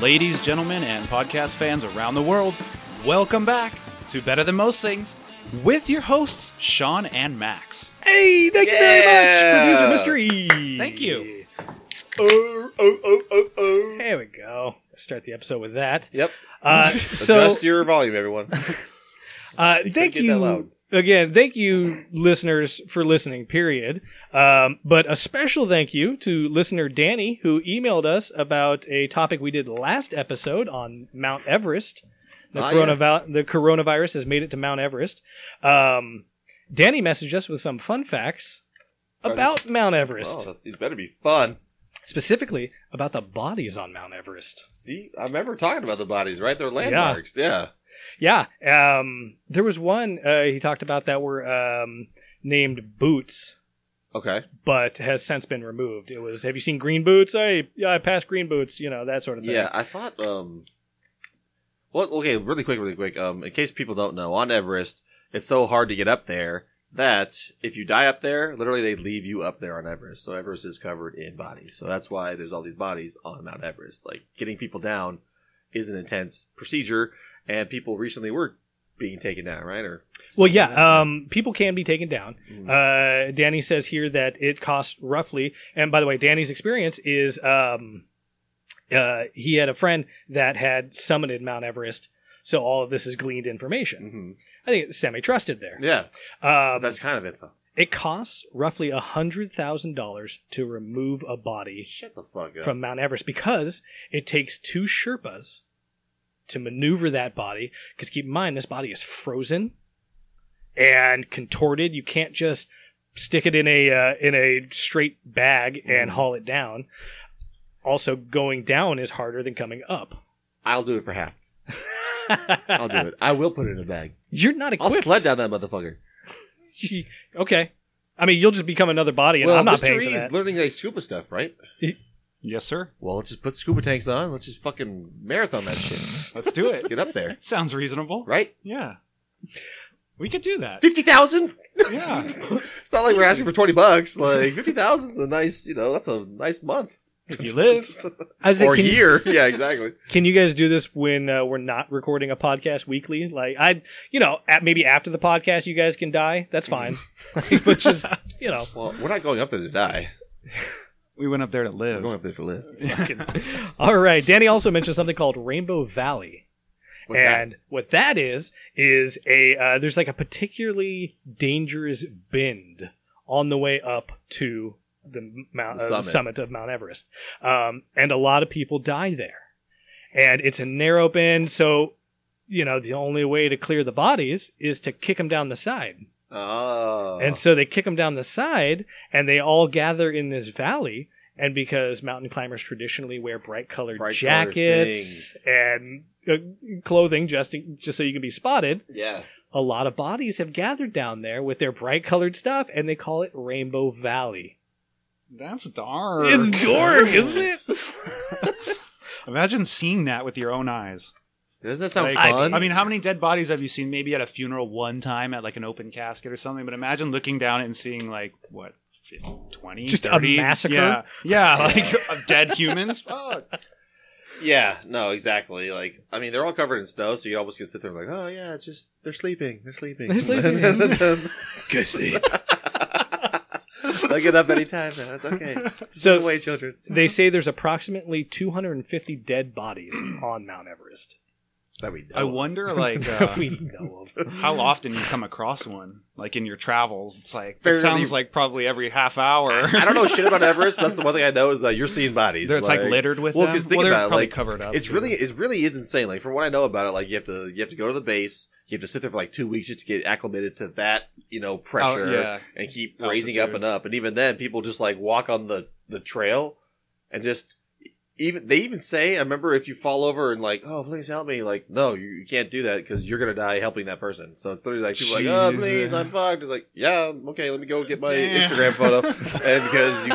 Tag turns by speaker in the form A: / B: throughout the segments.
A: Ladies, gentlemen, and podcast fans around the world, welcome back to Better Than Most Things with your hosts, Sean and Max.
B: Hey, thank
C: Yeah.
B: you very much, producer E. mystery.
A: Thank you.
C: Oh, oh, oh, oh, oh.
B: There we go. Start the episode with that.
C: Yep.
B: Uh, so,
C: Adjust your volume, everyone.
B: uh,
C: couldn't
B: thank
C: get that
B: you
C: loud.
B: again. Thank you, listeners, for listening. Period. Um, but a special thank you to listener Danny who emailed us about a topic we did last episode on Mount Everest. The,
C: Ah,
B: coronavi- the coronavirus has made it to Mount Everest. Um, Danny messaged us with some fun facts
C: Are these-
B: about Mount Everest.
C: Oh, these better be fun.
B: specifically about the bodies on Mount Everest.
C: See, I remember talking about the bodies, right? They're landmarks. Yeah.
B: Yeah, um, there was one uh, he talked about that were um, named Boots,
C: Okay.
B: but has since been removed. It was, have you seen Green Boots? I yeah, I passed Green Boots, you know that sort of thing.
C: Yeah, I thought. Um. Well, okay. Really quick, really quick. Um, in case people don't know, on Everest, it's so hard to get up there that if you die up there, literally they leave you up there on Everest. So Everest is covered in bodies. So that's why there's all these bodies on Mount Everest. Like getting people down is an intense procedure, and people recently were being taken down, right? Or
B: Well, yeah, um, people can be taken down.
C: Mm.
B: Uh, Danny says here that it costs roughly, and by the way, Danny's experience is um, uh, he had a friend that had summited Mount Everest, so all of this is gleaned information.
C: Mhm.
B: I think it's semi trusted there.
C: yeah,
B: Um,
C: that's kind of it. Though.
B: It costs roughly a hundred thousand dollars to remove a body
C: Shut the fuck up.
B: from Mount Everest because it takes two Sherpas to maneuver that body. Because keep in mind, this body is frozen and contorted. You can't just stick it in a uh, in a straight bag
C: Mm-hmm.
B: and haul it down. Also, going down is harder than coming up.
C: I'll do it for half. I'll do it. I will put it in a bag.
B: You're not
C: I'll
B: equipped.
C: sled down that motherfucker.
B: okay. I mean, you'll just become another body, and
C: well,
B: I'm not
C: Mr.
B: paying
C: E
B: for
C: is
B: that.
C: learning like scuba stuff, right?
A: Yes, sir.
C: Well, let's just put scuba tanks on. Let's just fucking marathon that shit.
A: Let's do it.
C: Let's get up there,
A: Sounds reasonable.
C: right?
A: Yeah. We could do that.
C: Fifty thousand?
A: Yeah.
C: It's not like we're asking for twenty bucks. Like fifty thousand is a nice, you know, that's a nice month
A: If you live.
B: I was like,
C: or
B: can you-
C: year. yeah, exactly.
B: Can you guys do this when uh, we're not recording a podcast weekly? Like I, you know, at, maybe after the podcast, you guys can die. That's fine. but just you know,
C: Well, we're not going up there to die.
A: We went up there to
C: We're going
A: live.
C: up there to live.
B: fucking- all right. Danny also mentioned something called Rainbow Valley,
C: What's
B: and what that is is a uh, there's like a particularly dangerous bend on the way up to the mount
C: The
B: uh, the
C: summit.
B: summit of Mount Everest, um, and a lot of people die there. And it's a narrow bend, so you know, the only way to clear the bodies is to kick them down the side.
C: that? Oh,
B: And so they kick them down the side and they all gather in this valley. And because mountain climbers traditionally wear bright colored
C: Bright colored
B: jackets
C: things.
B: and uh, clothing just, just so you can be spotted,
C: yeah,
B: a lot of bodies have gathered down there with their bright colored stuff and they call it Rainbow Valley.
A: That's dark.
B: It's dork, isn't it?
A: Imagine seeing that with your own eyes.
C: doesn't that sound
A: Like,
C: fun?
A: I mean, how many dead bodies have you seen maybe at a funeral one time at like an open casket or something? But imagine looking down and seeing like what 50, 20,
B: Just a
A: 30?
B: massacre?
A: Yeah, yeah, like of dead humans. Fuck.
C: Yeah, no, exactly. Like, I mean, they're all covered in snow, so you almost can sit there and like, oh yeah, it's just they're sleeping, they're sleeping,
B: They're sleeping.
C: Go sleep. They'll get up anytime now. It's okay. Just
B: So-
C: so, away, children.
B: They say there's approximately 250 dead bodies on Mount Everest.
C: That we know.
A: I wonder like uh,
B: That we know of.
A: how often you come across one, like in your travels. It's like that
C: Fairly-
A: sounds like probably every half hour.
C: I don't know shit about Everest. But that's the one thing I know is that you're seeing bodies.
A: They're- it's like, littered with
C: well,
A: them.
C: because think
A: well, they're
C: about it,
A: probably
C: like
A: covered up.
C: it's
A: too. Oh,
C: really it really is insane. Like from what I know about it, like you have to you have to go to the base. You have to sit there for like two weeks just to get acclimated to that you know pressure
A: Oh, yeah.
C: and keep raising up
A: Altitude.
C: and up. And even then, people just like walk on the the trail and just even they even say I remember if you fall over and like oh please help me like no you, you can't do that because you're gonna die helping that person. So it's literally like people are like oh
A: Jesus.
C: please I'm fucked. It's like yeah okay let me go get my
A: Damn.
C: Instagram photo and because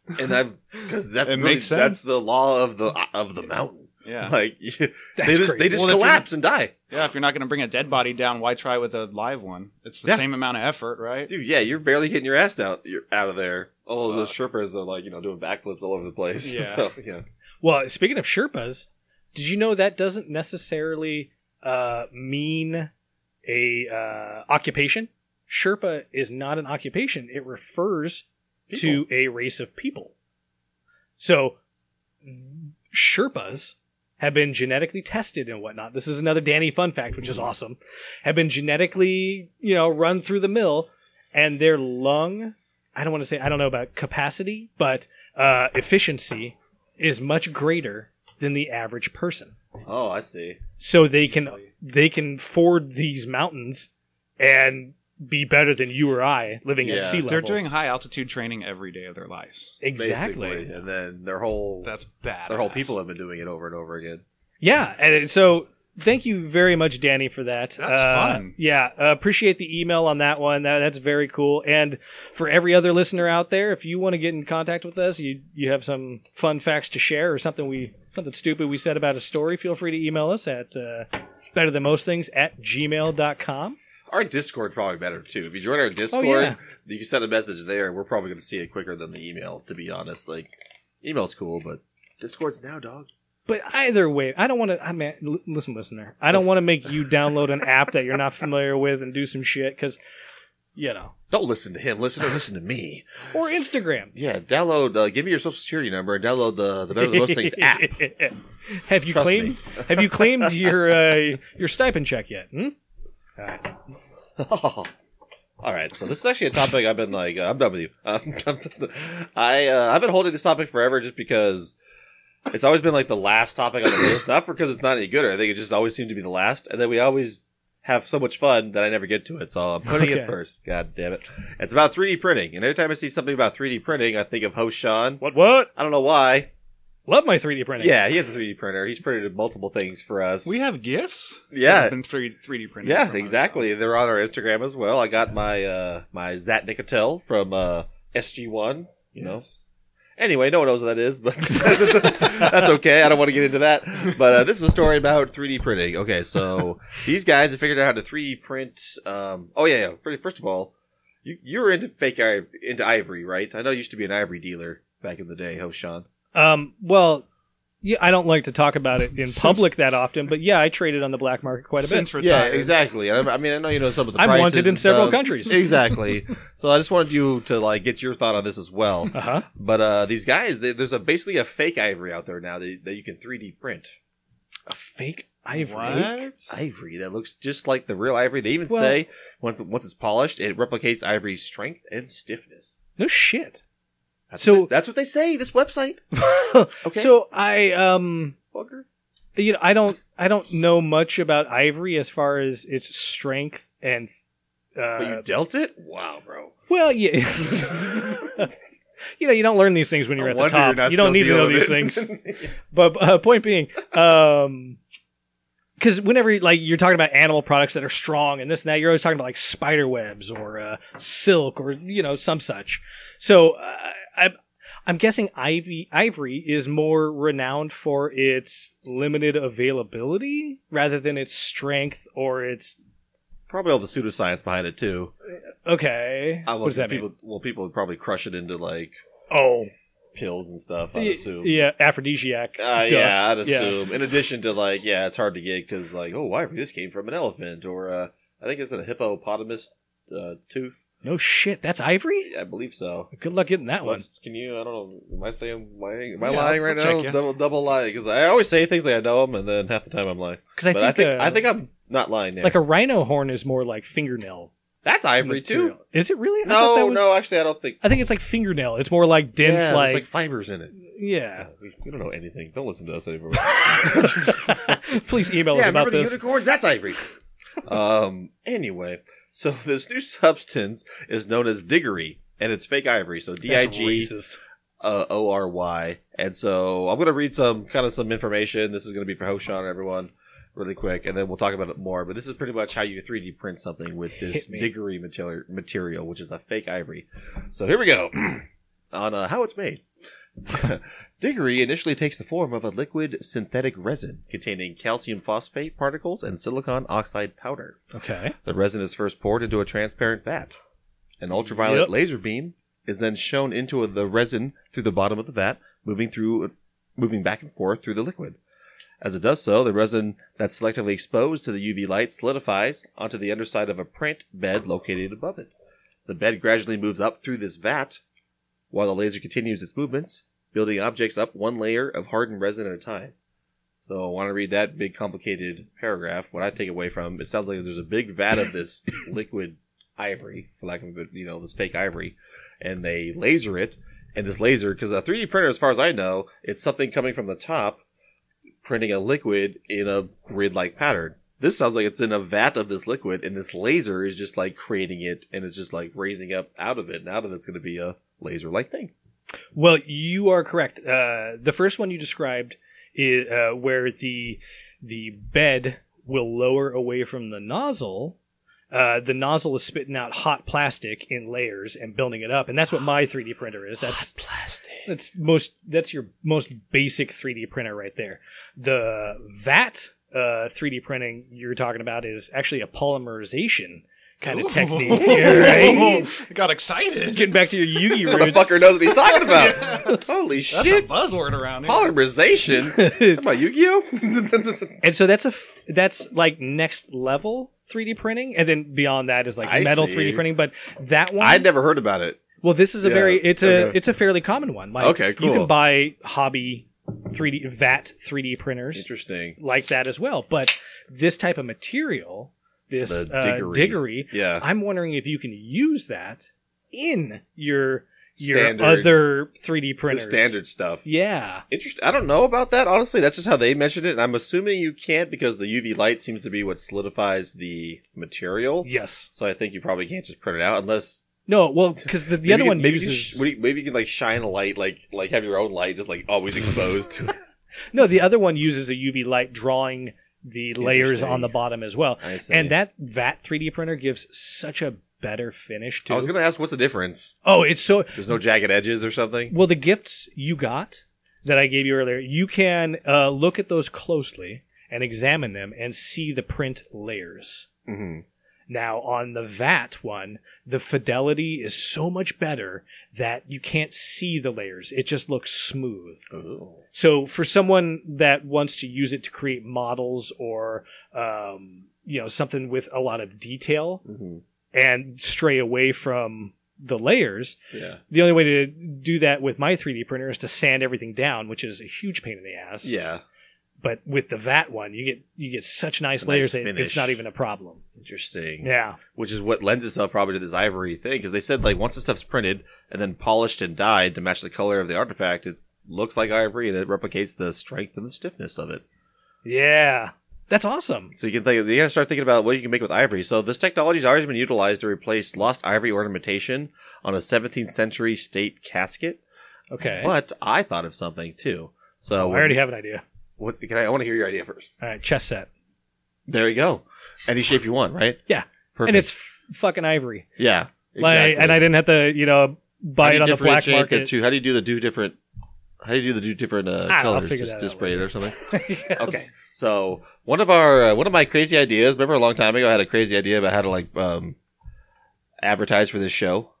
C: you and I've because that's
A: It
C: really,
A: makes sense.
C: that's the law of the of the mountain.
A: yeah.
C: Like they
B: That's
C: just
B: crazy.
C: they just
A: Well, that's-
C: collapse and die.
A: yeah, if you're not going to bring a dead body down, why try with a live one? It's the
C: Yeah.
A: same amount of effort, right?
C: Dude, yeah, you're barely getting your ass out you're out of there. All of those Sherpas are like you know doing backflips all over the place.
A: Yeah.
C: so, yeah.
B: Well, speaking of Sherpas, Did you know that doesn't necessarily uh, mean a uh, occupation? Sherpa is not an occupation. It refers to a race of people. So th- Sherpas have been genetically tested and whatnot. This is another Danny fun fact, which is awesome. Have been genetically, you know, run through the mill, and their lung. I don't want to say I don't know about capacity, but uh, efficiency is much greater than the average person.
C: Oh, I see.
B: So they can they can ford these mountains and be better than you or I living
C: Yeah.
B: at sea level.
A: They're doing high altitude training every day of their lives.
B: exactly.
C: Basically. And then their whole
A: That's bad.
C: their whole people have been doing it over and over again.
B: Yeah, and it- so thank you very much, Danny, for that.
A: That's
B: Uh,
A: fun.
B: Yeah, uh, appreciate the email on that one. That, that's very cool. And for every other listener out there, if you want to get in contact with us, you you have some fun facts to share or something we something stupid we said about a story, feel free to email us at uh, better than most things at gmail.com.
C: Our Discord probably better too. If you
A: Oh,
C: join our Discord,
B: yeah.
C: you can send a message there. We're probably going to see it quicker than the email. To be honest, like email's cool, but Discord's now, dog.
B: But either way, I don't want to. I mean, l- listen, listener, I don't want to make you download an app that you're not familiar with and do some shit because, you know,
C: Don't listen to him. Listen, listen to me.
B: or Instagram.
C: Yeah, download. Uh, give me your social security number and download the the Better Than Most Things app.
B: have you
C: Trust
B: claimed
C: me.
B: Have you claimed your uh, your stipend check yet? Hmm?
C: Oh. All right, so this is actually a topic I've been like, uh, I'm done with you. Um, I uh, I've been holding this topic forever just because it's always been like the last topic on the list, not for because it's not any good. Or I think it just always seemed to be the last, and then we always have so much fun that I never get to it. So I'm putting
B: Okay.
C: it first. God damn it! It's about 3D printing, and every time I see something about 3D printing, I think of Ho Sean.
B: What? What?
C: I don't know why.
B: Love my 3D printing.
C: Yeah, he has a 3D printer. He's printed multiple things for us.
A: We have gifts.
C: Yeah.
A: That have been three D printed.
C: Yeah,
A: from us.
C: exactly. They're on our Instagram as well. I got my uh my Zat Nicotel from uh SG1, you know.
A: Yes.
C: Anyway, no one knows what that is, but that's okay. I don't want to get into that. But uh, this is a story about 3D printing. Okay, so these guys have figured out how to 3D print um oh yeah, yeah. Fir- First of all, you you were into fake iv- into ivory, right? I know you used to be an ivory dealer back in the day, Ho Sean.
B: Um. Well. Yeah, I don't like to talk about it in public that often, but yeah, I traded on the black market quite a bit.
A: Since retired.
C: Yeah, exactly. And I, I mean, I know you know some of the.
B: I'm
C: prices
B: wanted in
C: and
B: several
C: stuff.
B: countries.
C: Exactly. so I just wanted you to like get your thought on this as well.
B: Uh huh.
C: But uh, these guys, they, there's a basically a fake ivory out there now that, that you can 3D print.
B: A fake ivory.
A: What?
C: Ivory that looks just like the real ivory. They even
B: Well-
C: say once once it's polished, it replicates ivory's strength and stiffness.
B: No shit.
C: That's
B: So-
C: what they, that's what they say. This website, Okay.
B: So I um
C: fucker.
B: you know, I don't I don't know much about ivory as far as its strength and uh,
C: But you dealt it. Wow, bro.
B: Well, yeah. you know, you don't learn these things when you're
C: No
B: at the
C: wonder you're
B: top.
C: not
B: you don't
C: still
B: need to know
C: dealing
B: these
C: with it.
B: things. But uh, point being, um, because whenever like you're talking about animal products that are strong and this and that, you're always talking about like spider webs or uh, silk or you know some such. So uh, I'm I'm guessing ivy ivory is more renowned for its limited availability rather than its strength or its
C: Probably all the pseudoscience behind it too.
B: okay.
C: I
B: what does that
C: people,
B: mean?
C: Well, people would probably crush it into like
B: Oh,
C: pills and stuff. I
B: Y-
C: assume.
B: Yeah, aphrodisiac.
C: Uh,
B: dust.
C: yeah, I'd
B: Yeah.
C: assume. In addition to like, yeah, it's hard to get because like, oh, why this came from an elephant or uh, I think it's a hippopotamus uh, tooth.
B: No shit, that's ivory.
C: I believe so.
B: Good luck getting that one.
C: Let's- Can you? I don't know. Am I saying lying? Am I
A: Yeah,
C: lying right
A: I'll check
C: now?
A: ya.
C: Double double lying because I always say things like I know them, and then half the time I'm lying.
B: Because I
C: but
B: think,
C: I think
B: uh,
C: I think I'm not lying there.
B: like a rhino horn is more like fingernail.
C: That's ivory too.
B: material. Is it really? I thought that
C: No,
B: was-
C: no, actually, I don't think.
B: I think it's like fingernail. It's more like dense,
C: yeah, there's
B: like,
C: like fibers in it.
B: yeah.
C: We, we don't know anything. Don't listen to us anymore.
B: Please email us
C: yeah,
B: about
C: remember
B: this.
C: the unicorns? That's ivory. um. Anyway, so this new substance is known as diggery, and it's fake ivory. So D I
B: That's
C: G
B: racist.
C: uh, O R Y. And so I'm gonna read some kind of some information. This is gonna be for Hoshan and everyone, really quick, and then we'll talk about it more. But this is pretty much how you 3D print something with this
B: Hit me.
C: diggery material, material, which is a fake ivory. So here we go on uh, how it's made. Diggory initially takes the form of a liquid synthetic resin containing calcium phosphate particles and silicon oxide powder.
B: Okay.
C: The resin is first poured into a transparent vat. An ultraviolet
B: Yep.
C: laser beam is then shown into the resin through the bottom of the vat, moving through moving back and forth through the liquid. As it does so, the resin that's selectively exposed to the UV light solidifies onto the underside of a print bed located above it. The bed gradually moves up through this vat while the laser continues its movements, building objects up one layer of hardened resin at a time. So I want to read that big complicated paragraph. What I take away from it sounds like there's a big vat of this liquid ivory, for lack of a good, you know, this fake ivory, and they laser it. And this laser, because a 3D printer, as far as I know, it's something coming from the top, printing a liquid in a grid-like pattern. This sounds like it's in a vat of this liquid, and this laser is just like creating it, and it's just like raising up out of it, and out of it's going to be a laser-like thing.
B: Well, you are correct. Uh, the first one you described is uh, where the the bed will lower away from the nozzle. Uh, the nozzle is spitting out hot plastic in layers and building it up, and that's what my 3D printer is. That's
A: Plastic.
B: that's most that's your most basic 3D printer right there. The VAT uh, 3D printing you're talking about is actually a polymerization kind of technique. Right?
A: Got excited.
B: Getting back to your Yugi
C: What the
B: roots.
C: fucker knows what he's talking about? Holy
A: That's
C: shit!
A: a buzzword around here.
C: Polymerization. Talking about Yu-Gi-Oh.
B: and so that's a f- that's like next level 3D printing, and then beyond that is like
C: I
B: metal
C: see.
B: 3D printing. But that one,
C: I'd never heard about it.
B: well, this is a
C: Yeah,
B: very it's
C: okay.
B: a it's a fairly common one. Like,
C: Okay,
B: You
C: cool.
B: can buy hobby 3D VAT 3D printers.
C: Interesting.
B: like that as well. But this type of material, this
C: The
B: uh, diggery,
C: diggery. Yeah.
B: I'm wondering if you can use that in your your
C: Standard-
B: other 3D
C: The
B: printers.
C: standard stuff.
B: Yeah.
C: Interesting. I don't know about that. Honestly, that's just how they mentioned it. And I'm assuming you can't because the UV light seems to be what solidifies the material.
B: Yes.
C: So I think you probably can't just print it out unless
B: No. Well, because the, the
C: maybe
B: other
C: you-
B: one
C: maybe
B: uses
C: You can sh- what do you- maybe you can like shine a light, like like have your own light, just like always exposed to it.
B: no, the other one uses a UV light drawing the layers
C: Interesting.
B: on the bottom as well.
C: I see.
B: And that that 3D printer gives such a better finish to.
C: I was gonna ask, what's the difference?
B: oh, it's so
C: There's no jagged edges or something.
B: Well, the gifts you got that I gave you earlier, you can uh, look at those closely and examine them and see the print layers.
C: Mm-hmm.
B: Now, on the VAT one, the fidelity is so much better that you can't see the layers. It just looks smooth.
C: Oh.
B: So, for someone that wants to use it to create models or, um, you know, something with a lot of detail
C: Mhm.
B: and stray away from the layers,
C: Yeah.
B: the only way to do that with my 3D printer is to sand everything down, which is a huge pain in the ass.
C: Yeah.
B: But with the VAT one, you get you get such nice
C: Nice
B: layers that
C: finish.
B: it's not even a problem.
C: Interesting.
B: Yeah.
C: Which is what lends itself probably to this ivory thing, because they said like once the stuff's printed and then polished and dyed to match the color of the artifact, it looks like ivory and it replicates the strength and the stiffness of it.
B: Yeah. That's awesome.
C: So you can think you gotta start thinking about what you can make with ivory. So this technology has already been utilized to replace lost ivory ornamentation on a 17th century state casket.
B: Okay.
C: But I thought of something too. So
B: I already have an idea.
C: What, can I, I want to hear your idea first.
B: All right, chess set.
C: There you go. Any shape you want, right?
B: Yeah.
C: Perfect.
B: And it's f- fucking ivory.
C: yeah.
B: Like, and I didn't have to, you know, buy it on the black market.
C: How do you do the two different? How do you do the two different uh,
B: I'll
C: colors?
B: figure
C: Just,
B: that
C: just
B: out
C: spray it or something.
B: Yeah.
C: okay. So one of our uh, one of my crazy ideas. Remember a long time ago, I had a crazy idea about how to like um, advertise for this show.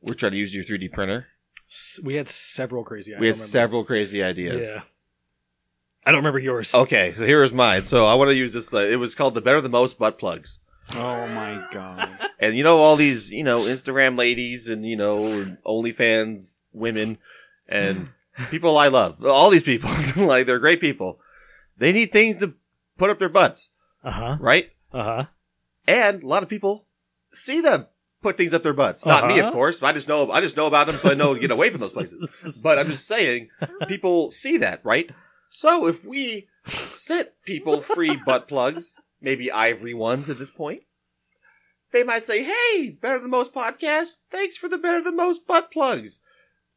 C: We're trying to use your 3D printer.
B: S- We had several crazy. I
C: we had
B: don't remember.
C: several Oh. crazy ideas.
B: Yeah. I don't remember yours.
C: Okay, so here is mine. So I want to use this. Uh, it was called the Better the Most butt plugs.
A: Oh my god.
C: And you know all these, you know, Instagram ladies and you know OnlyFans women and people I love. All these people, like they're great people. They need things to put up their butts,
B: Uh huh.
C: right?
B: Uh huh.
C: And a lot of people see them put things up their butts. Not me, of
B: Uh-huh.
C: course. I just know I just know about them, so I know to get away from those places. But I'm just saying, people see that, right? So if we set people free butt plugs, maybe ivory ones at this point, they might say, "Hey, better than most podcast. Thanks for the better than most butt plugs."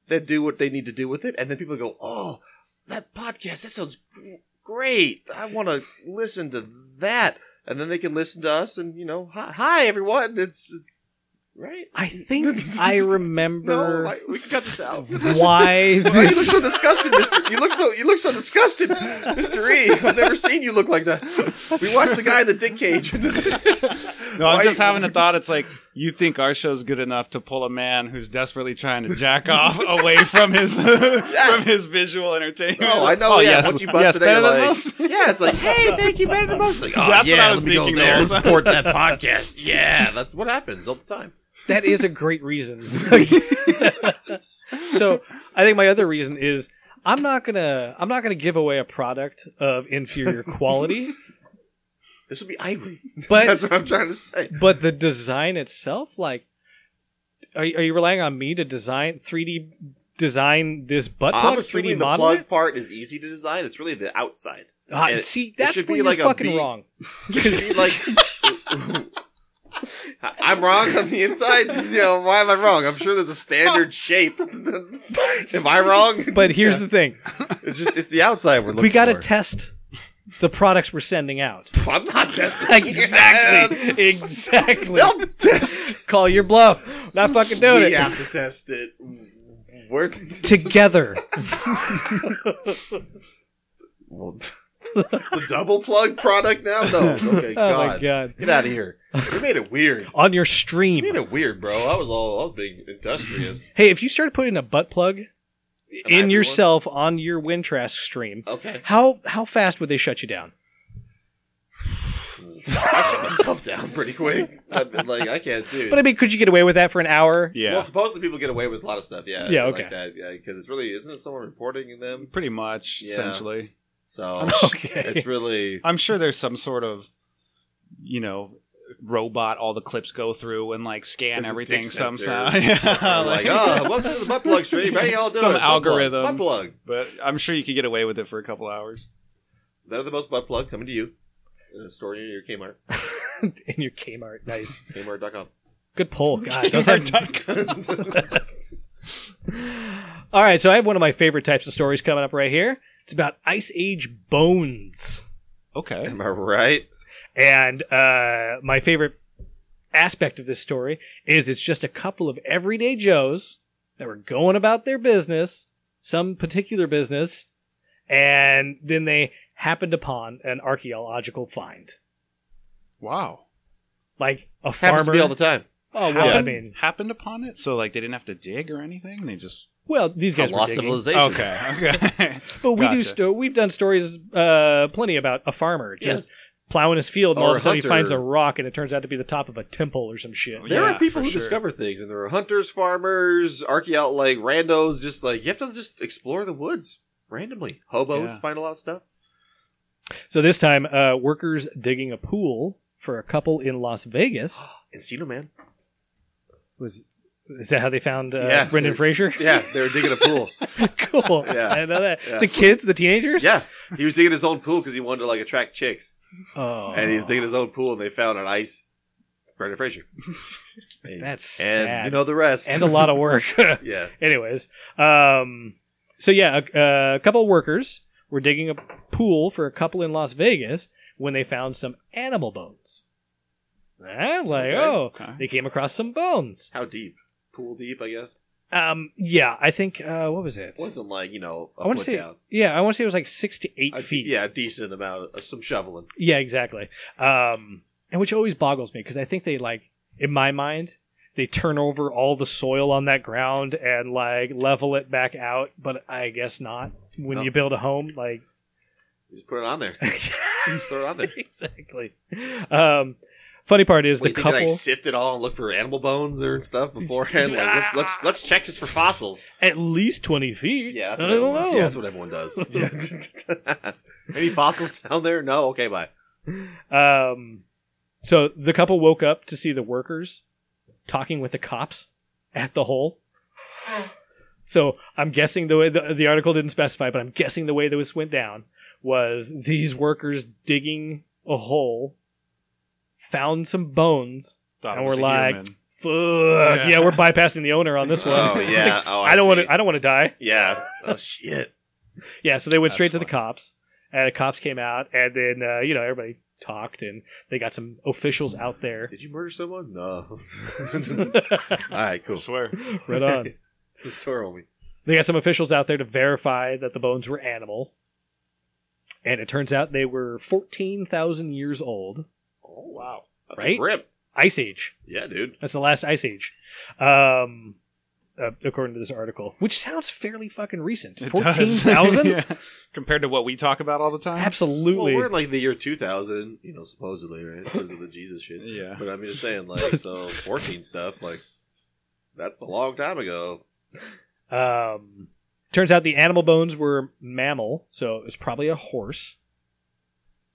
C: Then do what they need to do with it, and then people go, "Oh, that podcast. That sounds gr- great. I want to listen to that." And then they can listen to us, and you know, hi, hi everyone. It's it's, it's right.
B: I think I remember
C: No, I, we can cut this out.
B: why
C: Why you look
B: this
C: so disgusted, Mister. You look so you look so disgusted, Mister E. I've never seen you look like that. We watched the guy in the dick cage.
A: No, I'm
C: Why-
A: just having a thought. It's like you think our show's good enough to pull a man who's desperately trying to jack off away from his from his visual entertainment.
C: Oh, I know.
A: Oh,
C: yeah,
A: yes,
C: once you bust
A: yes,
C: it, in, you're
A: better than
C: like-
A: most.
C: yeah, it's like, hey, thank you, better than most. Like, oh,
A: That's what
C: yeah,
A: I was
C: let me go
A: thinking
C: there.
A: there.
C: Support that podcast. Yeah, that's what happens all the time.
B: That is a great reason. so I think my other reason is I'm not gonna I'm not gonna give away a product of inferior quality,
C: This would be ivory.
B: but
C: that's what I'm trying to say.
B: but the design itself, like, are, you- are you relying on me to design 3D design this butt
C: I'm
B: plug, 3D
C: assuming the
B: model?
C: plug
B: it?
C: part is easy to design. It's really the outside.
B: Ah,
C: it-
B: see,
C: it
B: that's
C: should
B: where
C: be
B: you're
C: like a
B: fucking
C: B.
B: wrong.
C: You should be like. I'm wrong on the inside. You know, why am I wrong? I'm sure there's a standard shape. am I wrong?
B: But here's the thing:
C: It's just it's the outside we're looking.
B: we got to
C: for.
B: test the products we're sending out.
C: I'm not testing.
B: Exactly, exactly.
C: They'll test.
B: Call your bluff. Not fucking doing
C: We
B: it.
C: have to test it. We're
B: Together.
C: Well, it's a double plug product now. No, okay,
B: Oh
C: God.
B: my god.
C: get out of here. You made it weird.
B: On your
C: You
B: stream.
C: made it weird, bro. I was all I was being industrious.
B: Hey, if you started putting a butt plug in
C: ivory
B: yourself on your Wintrask stream,
C: Okay,
B: how how fast would they shut you down?
C: I shut myself down pretty quick. I've been like I can't do. It.
B: But I mean, could you get away with that for an hour?
A: Yeah,
C: Well, supposedly people get away with a lot of stuff. Yeah,
B: Yeah, okay.
C: like that. Yeah, because it's really isn't it someone reporting them?
A: pretty much.
C: Yeah.
A: Essentially,
C: So
B: Okay.
C: it's really
A: I'm sure there's some sort of, you know, robot all the clips go through and like scan
C: There's a
A: everything
C: dick
A: some
C: sensor.
A: sound. Yeah,
C: like oh, welcome to the butt plug stream. How y'all doing?
A: Some
C: Butt plug,
A: algorithm.
C: Butt plug.
A: but I'm sure you could get away with it for a couple hours.
C: That are the most butt plug coming to you. In a store near your Kmart.
B: in your Kmart. Nice.
C: Kmart.com.
B: Good pull. God, those have- All right, so I have one of my favorite types of stories coming up right here. It's about Ice Age bones.
A: okay.
C: Am I right?
B: And uh, my favorite aspect of this story is it's just a couple of everyday Joes that were going about their business, some particular business, and then they happened upon an archaeological find.
A: Wow.
B: Like a
C: Happens to
B: farmer.
C: me all the time.
B: oh, well, I
A: Happened,
B: mean,
A: happened upon it, so like they didn't have to dig or anything. They just
B: well, these guys were
C: lost
B: digging.
C: civilization.
A: okay, okay.
B: But we do.
A: Gotcha.
B: Sto- we've done stories uh, plenty about a farmer just
C: Yes.
B: plowing his field, and all of
C: Or
B: a
C: a
B: sudden he
C: hunter.
B: finds a rock, and it turns out to be the top of a temple or some shit.
A: Oh,
C: There
A: Yeah,
C: are people
A: for
C: who
A: sure.
C: discover things, and there are hunters, farmers, archaeo like randos. Just like you have to just explore the woods randomly. Hobos
A: Yeah.
C: find a lot of stuff.
B: So this time, uh, workers digging a pool for a couple in Las Vegas
C: Encino Man.
B: was. Is that how they found uh,
C: Yeah.
B: Brendan Fraser?
C: Yeah, they were digging a pool.
B: cool.
C: Yeah.
B: I know that.
C: Yeah.
B: The kids, the teenagers.
C: yeah, he was digging his own pool because he wanted to like attract chicks,
B: Oh,
C: and he was digging his own pool, and they found an ice. Brendan Fraser.
B: That's
C: and
B: sad.
C: you know the rest.
B: and a lot of work.
C: yeah.
B: Anyways, um, so yeah, a, a couple of workers were digging a pool for a couple in Las Vegas when they found some animal bones. Eh, like,
C: Okay,
B: oh,
A: okay.
B: they came across some bones.
C: How deep? Pool deep, I guess.
B: Um, yeah, I think uh, what was it?
C: It wasn't like you know
B: I
C: a
B: want
C: foot
B: to say,
C: down.
B: yeah, I want to say it was like six to eight
C: A de-
B: feet.
C: yeah, a decent amount, of, some shoveling.
B: yeah, exactly. Um, and which always boggles me because I think they like, in my mind, they turn over all the soil on that ground and like level it back out. But I guess not. When
C: No.
B: you build a home, like
C: Just put it on there. Just put it on there.
B: exactly. Um, funny part is
C: What,
B: the
C: you think they,
B: couple.
C: like sift it all and look for animal bones or stuff beforehand. Like, let's, let's let's check this for fossils.
B: at least twenty feet.
C: Yeah, that's
B: I
C: what
B: don't
C: everyone,
B: know.
C: yeah, that's what everyone does. Any fossils down there? No. Okay, bye.
B: Um, so the couple woke up to see the workers talking with the cops at the hole. So I'm guessing the way the, the article didn't specify, but I'm guessing the way that this went down was these workers digging a hole, found some bones.
A: Thought
B: And
A: it was
B: we're
A: a
B: like-
A: human.
B: Fuck, yeah. we're bypassing the owner on this one.
C: Oh yeah. Oh, I,
B: I don't want
C: see.
B: to. I don't want to die.
C: Yeah. Oh shit.
B: Yeah, so they went
A: That's
B: straight to the
A: fine.
B: cops, and the cops came out, and then uh, you know everybody talked, and they got some officials out there.
C: Did you murder someone? No. all right.
A: I
C: Cool.
A: swear.
B: right on.
C: Swear on me.
B: They got some officials out there to verify that the bones were animal, and it turns out they were fourteen thousand years old.
C: Oh wow. That's
B: Right?
C: a rip.
B: Ice Age.
C: Yeah, dude.
B: That's the last Ice Age, um, uh, according to this article, which sounds fairly fucking recent.
A: It does.
B: Fourteen thousand.
A: Yeah. Compared to what we talk about all the time.
C: Well,
B: Absolutely.
C: we're in like the year 2000, you know, supposedly, right? Because of the Jesus shit.
A: Yeah.
C: But I'm just saying, like, so 14 stuff, like, that's a long time ago.
B: Um, turns out the animal bones were mammal, so it was probably a horse,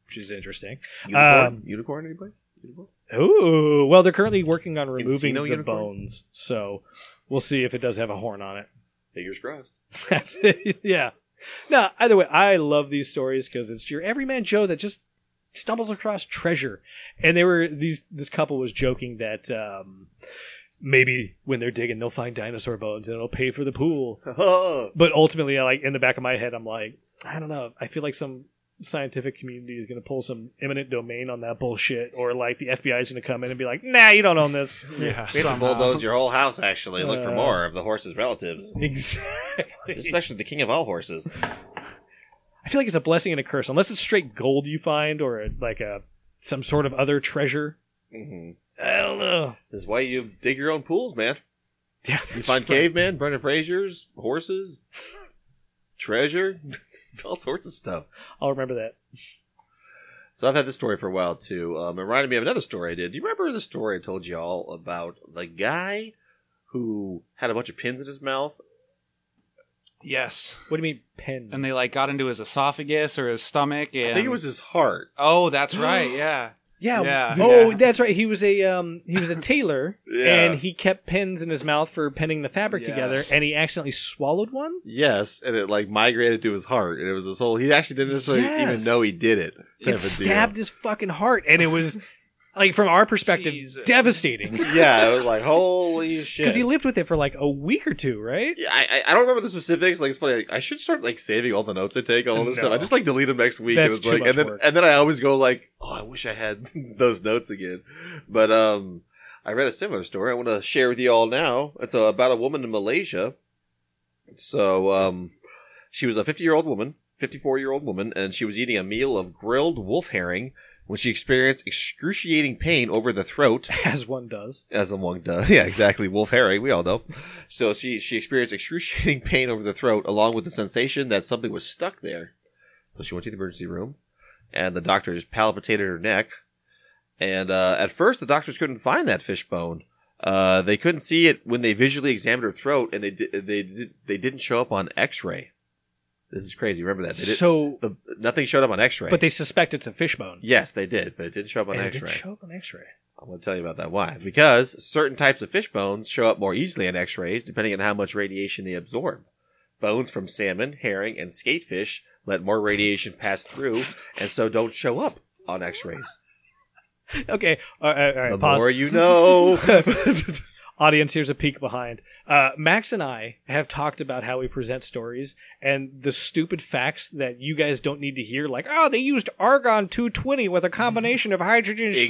B: which is interesting.
C: Unicorn?
B: Um,
C: unicorn, anybody? Unicorn?
B: Ooh, well, they're currently working on removing
C: Encino
B: the
C: unicorn?
B: bones, so we'll see if it does have a horn on it.
C: Fingers crossed.
B: That's it. yeah. No, either way, I love these stories because it's your everyman Joe that just stumbles across treasure. And they were these. This couple was joking that um, maybe when they're digging, they'll find dinosaur bones and it'll pay for the pool.
C: oh,
B: But ultimately, I, like in the back of my head, I'm like, I don't know. I feel like some scientific community is going to pull some eminent domain on that bullshit, or like the FBI is going to come in and be like, Nah, you don't own this.
A: yeah.
C: we have to
A: somehow.
C: bulldoze your whole house, actually. Look for
B: Uh,
C: more of the horse's relatives. This
B: Exactly.
C: is actually the king of all horses.
B: I feel like it's a blessing and a curse, unless it's straight gold you find or like a some sort of other treasure.
C: hmm
B: I don't know.
C: This is why you dig your own pools, man.
B: Yeah,
C: You find cavemen, Brendan Fraser's, horses, treasure, all sorts of stuff.
B: I'll remember that.
C: So I've had this story for a while too. Um, it reminded me of another story I did. Do you remember the story I told you all about the guy who had a bunch of pins in his mouth?
A: Yes.
B: What do you mean pens?
A: And they like got into his esophagus or his stomach. And
C: I think it was his heart.
A: Oh, that's right. Yeah.
B: yeah,
A: Yeah.
B: Oh,
A: Yeah.
B: that's right. He was a um, he was a tailor,
C: Yeah.
B: and he kept pens in his mouth for penning the fabric together,
A: Yes.
B: and he accidentally swallowed one.
C: Yes, and it like migrated to his heart, and it was this whole. He actually didn't necessarily
B: Yes.
C: even know he did it. Kind
B: it
C: of a deal.
B: stabbed his fucking heart, and it was like from our perspective,
A: Jesus.
B: devastating
C: Yeah, it was like holy shit.
B: because he lived with it for like a week or two, right?
C: Yeah, I, I I don't remember the specifics. Like, it's funny. Like, I should start like saving all the notes I take, all this
B: No.
C: stuff. I just like delete them next week,
B: That's
C: and it's
B: too
C: like,
B: much
C: and then
B: work.
C: and then I always go like, oh, I wish I had those notes again. But um, I read a similar story. I want to share with you all now. It's uh, about a woman in Malaysia. So um, she was a 50 year old woman, 54 year old woman, and she was eating a meal of grilled wolf herring when she experienced excruciating pain over the throat
B: As one does.
C: as among the yeah exactly wolf herring we all know so she she experienced excruciating pain over the throat along with the sensation that something was stuck there so she went to the emergency room and the doctors palpitated her neck and uh, at first the doctors couldn't find that fish bone uh, they couldn't see it when they visually examined her throat and they di- they di- they didn't show up on x-ray this is crazy remember that they did,
B: So,
C: the, nothing showed up on x-ray
B: but they suspect it's a fishbone.
C: yes they did but it didn't show up on
B: And it
C: x-ray
B: didn't show up on X-ray.
C: I'm going to tell you about that. Why? Because certain types of fish bones show up more easily in x rays, depending on how much radiation they absorb. Bones from salmon, herring, and skatefish let more radiation pass through, and so don't show up on x rays.
B: Okay, all right, all right,
C: The
B: pause.
C: more you know.
B: Audience, here's a peek behind. Uh, Max and I have talked about how we present stories and the stupid facts that you guys don't need to hear, like, oh, they used argon 220 with a combination of hydrogen
C: Exactly.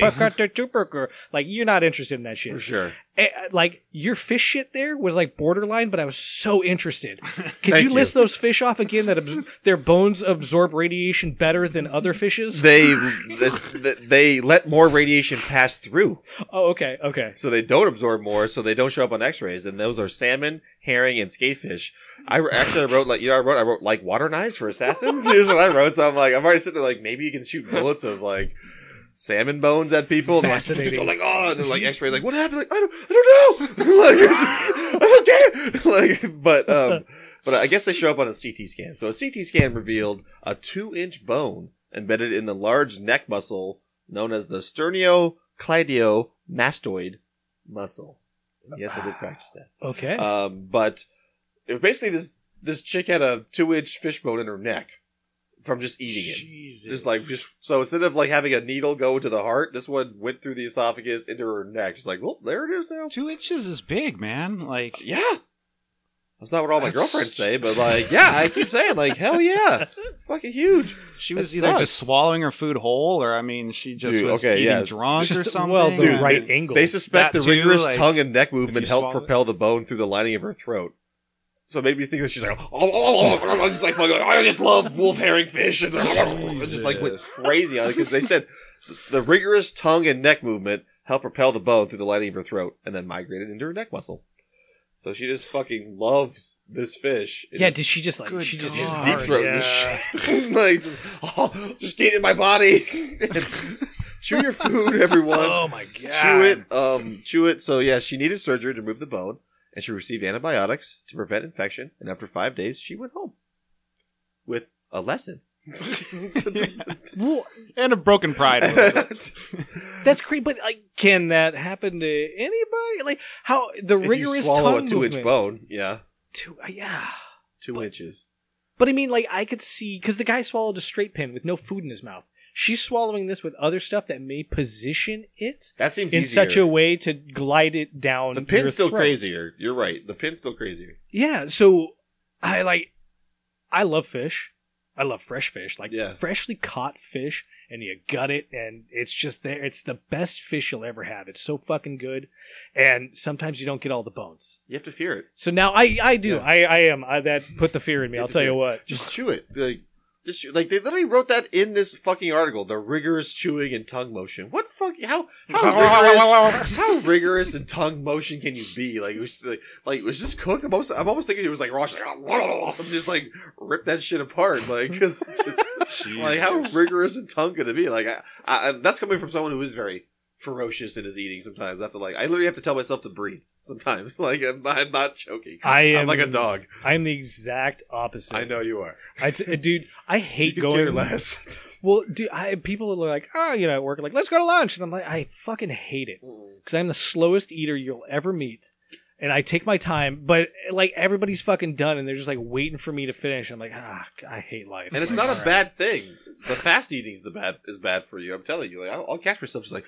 B: sulfide. like, you're not interested in that shit.
C: For sure.
B: Eh, like your fish shit there was like borderline, but I was so interested. Could
C: Thank
B: you,
C: you.
B: list those fish off again that abs- their bones absorb radiation better than other fishes?
C: They, this, they let more radiation pass through,
B: oh, okay, okay.
C: so they don't absorb more, so they don't show up on x rays, and those are salmon, herring, and skatefish. I actually I wrote like you know I wrote I wrote like water knives for assassins. Here's what I wrote. So I'm like I'm already sitting there like maybe you can shoot bullets of like salmon bones at people. And like,
B: Fascinating.
C: like oh and then like X-ray like what happened? Like I don't I don't know. like I don't care. Like but um but I guess they show up on a CT scan. So a CT scan revealed a two inch bone embedded in the large neck muscle known as the sternocleidomastoid muscle. Yes,
A: Ah.
C: I did practice that.
B: Okay.
C: Um, but it was basically this this chick had a two inch fishbone in her neck from just eating it.
A: Jesus.
C: Just like just so instead of like having a needle go to the heart, this one went through the esophagus into her neck. She's like, well, there it is now.
A: two inches is big, man. Like
C: Yeah. That's not what all my
A: That's-
C: girlfriends say, but like, yeah, I keep saying, like, hell yeah, it's fucking huge.
A: she
C: That
A: was either just
C: sucks.
A: swallowing her food whole, or I mean, she just
C: Dude,
A: was
C: okay,
A: eating
C: yeah.
A: drunk
B: Just
A: or
B: the-
A: something.
B: well, the
C: Dude,
B: right angle.
C: They suspect
A: That
C: the
A: too,
C: rigorous
A: like,
C: tongue and neck
A: if
C: movement
A: you
C: helped
A: swallow it.
C: propel the bone through the lining of her throat. So maybe you think that she's like, oh, oh, oh, oh, oh, it's like, fucking, I just love wolf herring fish. It's just like went
A: Jesus.
C: crazy on it because they said the rigorous tongue and neck movement help propel the bone through the lining of her throat, and then migrate it into her neck muscle. So she just fucking loves this fish. It
B: yeah,
C: is-
B: did she just like
A: Good
B: she just
A: God.
C: deep throat
B: yeah.
C: this shit. like, just, oh, just get in my body. chew your food, everyone.
B: Oh my god!
C: chew it. Um, chew it. So yeah, she needed surgery to remove the bone, and she received antibiotics to prevent infection. And after five days, she went home with a lesson.
B: Wha-
A: and a broken pride. a little bit.
B: That's great, but like, can that happen to anybody? Like, how the
C: If
B: rigorous
C: you swallow
B: tongue
C: a two-inch
B: movement-
C: bone, yeah,
B: Two- uh, yeah,
C: two inches.
B: but I mean, like, I could see because the guy swallowed a straight pin with no food in his mouth. She's swallowing this with other stuff that may position it
C: That seems
B: in
C: easier.
B: such a way to glide it down.
C: the pin's
B: your
C: still
B: throat.
C: crazier. You're right. The pin's still crazier.
B: Yeah, so I like I love fish. I love fresh fish, like
C: Yeah.
B: freshly caught fish and you gut it and it's just there. It's the best fish you'll ever have. It's so fucking good. And sometimes you don't get all the bones.
C: You have to fear it.
B: So now I I do.
C: Yeah.
B: I I am I, that put the fear in me. I'll tell you what.
C: Just chew it. Like, just chew, like they literally wrote that in this fucking article. The rigorous chewing and tongue motion. What fuck? How how rigorous? how rigorous and tongue motion can you be? Like, it was, like, like was this cooked? I'm almost, I'm almost thinking it was like raw. Just, like, just like rip that shit apart. Like, 'cause just- like how rigorous and tongue could it be? Like, I, I, I- that's coming from someone who is very ferocious in his eating. Sometimes I have to like, I literally have to tell myself to breathe. Sometimes, like, I'm, I'm not choking.
B: I am
C: I'm like a dog.
B: I am the exact opposite.
C: I know you are.
B: I t- dude, I hate
C: You could
B: going
C: care less.
B: Well, dude, I people are like, "Oh, you know, at work like, let's go to lunch." And I'm like, "I fucking hate it." because I'm the slowest eater you'll ever meet, and I take my time. But like everybody's fucking done, and they're just like waiting for me to finish. I'm like, ah, I hate life.
C: and it's
B: Like,
C: not a
B: alright.
C: bad thing. The fast eating is the bad is bad for you. I'm telling you. Like I'll, I'll catch myself just like,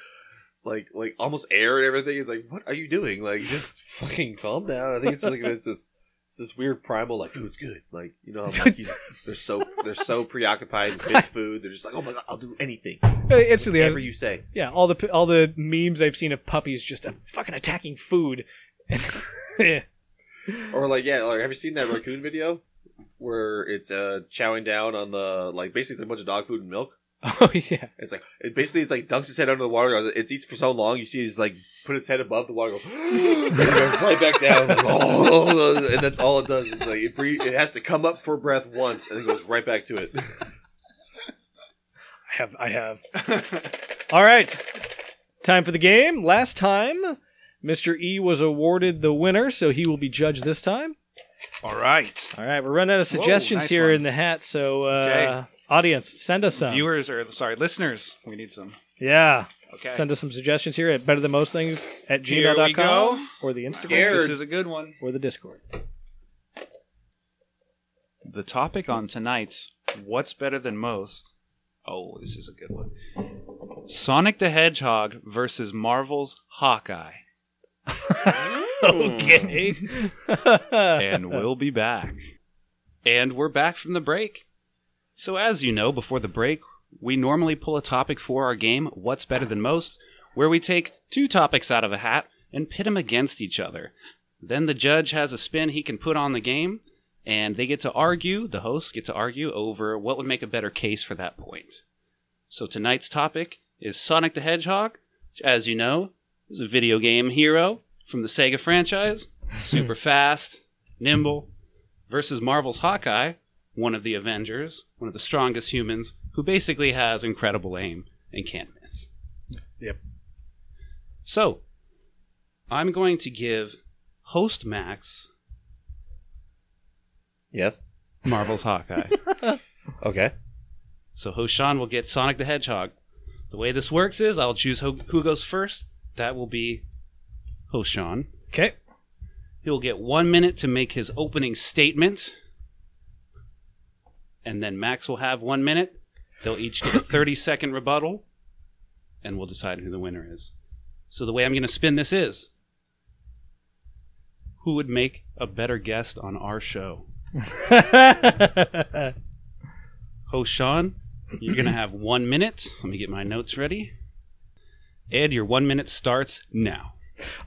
C: like, like almost air and everything. It's like, what are you doing? Like, just fucking calm down. I think it's like it's this it's this weird primal like food's good. Like you know, how monkeys, they're so they're so preoccupied with food. They're just like, oh my god, I'll do anything,
B: Uh, It's the
C: whatever you say.
B: yeah. All the all the memes I've seen of puppies just uh, fucking attacking food. yeah.
C: Or like, yeah, like, have you seen that raccoon video where it's uh chowing down on the like basically it's a bunch of dog food and milk.
B: Oh yeah.
C: It's like it basically it's like dunks its head under the water. It eats for so long, you see it's like put its head above the water, go, and it goes right back down, like, oh, and that's all it does. It's like it breathe, it has to come up for breath once, and it goes right back to it.
B: I have. I have. All right. Time for the game. Last time, Mr. E was awarded the winner, so he will be judged this time.
A: All right.
B: All right, we're running out of suggestions
A: nice
B: here
A: one.
B: in the hat, so uh,
A: Okay.
B: audience, send us some.
A: Um, Viewers or sorry, listeners, we need some.
B: yeah,
A: Okay.
B: send us some suggestions here at better than most things at
A: Here we
B: gmail.com or the Instagram
C: Scared.
A: This is a good one.
B: or the Discord.
A: The topic on tonight's What's Better Than Most? Oh, this is a good one. Sonic the Hedgehog versus Marvel's Hawkeye.
B: okay.
A: and we'll be back. And we're back from the break. So, as you know, before the break, we normally pull a topic for our game, What's Better Than Most, where we take two topics out of a hat and pit them against each other. Then the judge has a spin he can put on the game, and they get to argue, the hosts get to argue over what would make a better case for that point. So, tonight's topic is Sonic the Hedgehog. As you know, is a video game hero from the Sega franchise, super fast, nimble, versus Marvel's Hawkeye, one of the Avengers, one of the strongest humans, who basically has incredible aim and can't miss.
B: Yep.
A: So, I'm going to give host Max
C: Yes.
A: Marvel's Hawkeye.
C: Okay.
A: So host Sean will get Sonic the Hedgehog. The way this works is I'll choose who, who goes first. That will be host Sean.
B: okay.
A: He'll get one minute to make his opening statement, and then Max will have one minute. They'll each get a 30 second rebuttal, and we'll decide who the winner is. So, the way I'm going to spin this is who would make a better guest on our show? Host Sean, you're going to have one minute. Let me get my notes ready. Ed, your one minute starts now.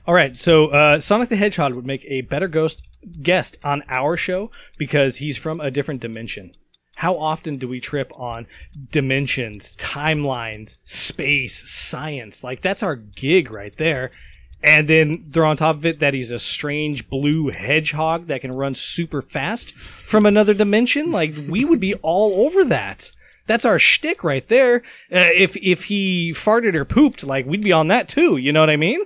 B: All right, so uh, Sonic the Hedgehog would make a better ghost guest on our show because he's from a different dimension. How often do we trip on dimensions, timelines, space, science? Like that's our gig right there. And then they're on top of it that he's a strange blue hedgehog that can run super fast from another dimension. Like we would be all over that. That's our shtick right there. Uh, if if he farted or pooped, like we'd be on that too. You know what I mean?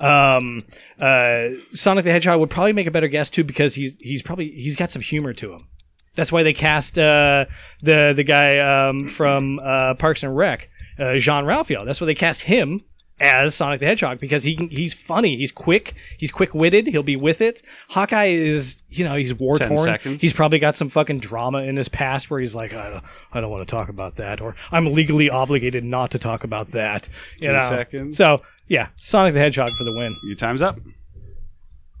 B: Um, uh, Sonic the Hedgehog would probably make a better guess too because he's he's probably he's got some humor to him. That's why they cast uh, the the guy um, from uh, Parks and Rec, uh, Jean Ralphio. That's why they cast him as Sonic the Hedgehog because he can, he's funny, he's quick, he's quick witted, he'll be with it. Hawkeye is you know he's war
A: Ten
B: torn.
A: seconds.
B: He's probably got some fucking drama in his past where he's like I don't I don't want to talk about that or I'm legally obligated not to talk about that. You
A: Ten
B: know?
A: seconds.
B: So yeah, Sonic the Hedgehog for the win.
A: Your time's up.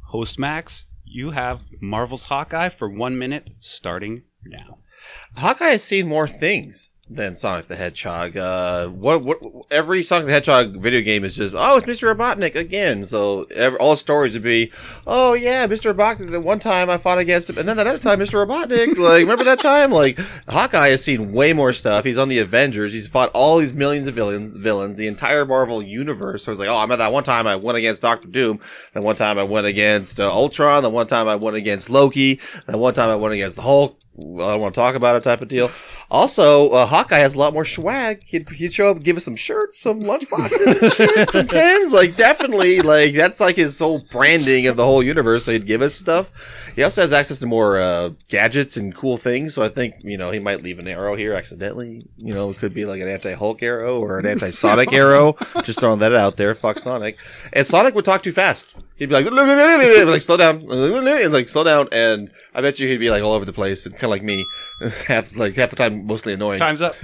A: Host Max, you have Marvel's Hawkeye for one minute starting now.
C: Hawkeye has seen more things than Sonic the Hedgehog. Uh, what, what every Sonic the Hedgehog video game is just oh, it's Mr. Robotnik again. So ev all stories would be oh yeah, Mr. Robotnik. The one time I fought against him, and then that other time Mr. Robotnik. Like remember that time? Like Hawkeye has seen way more stuff. He's on the Avengers. He's fought all these millions of villains, villains, the entire Marvel universe. So it's like oh, I remember that one time I went against Doctor Doom. That one time I went against uh, Ultron. That one time I went against Loki. That one time I went against the Hulk. Well, I don't want to talk about it type of deal. Also, uh, Hawkeye has a lot more swag. He'd, he'd show up, give us some shirts, some lunchboxes, and shit, some pens. Like, definitely, like that's like his whole branding of the whole universe. So he'd give us stuff. He also has access to more uh, gadgets and cool things. So I think you know he might leave an arrow here accidentally. You know, it could be like an anti-Hulk arrow or an anti-Sonic arrow. Just throwing that out there. Fuck Sonic. And Sonic would talk too fast. He'd be like, like slow down, and like slow down, and I bet you he'd be like all over the place and kind of like me, half like half the time mostly annoying.
A: Time's up.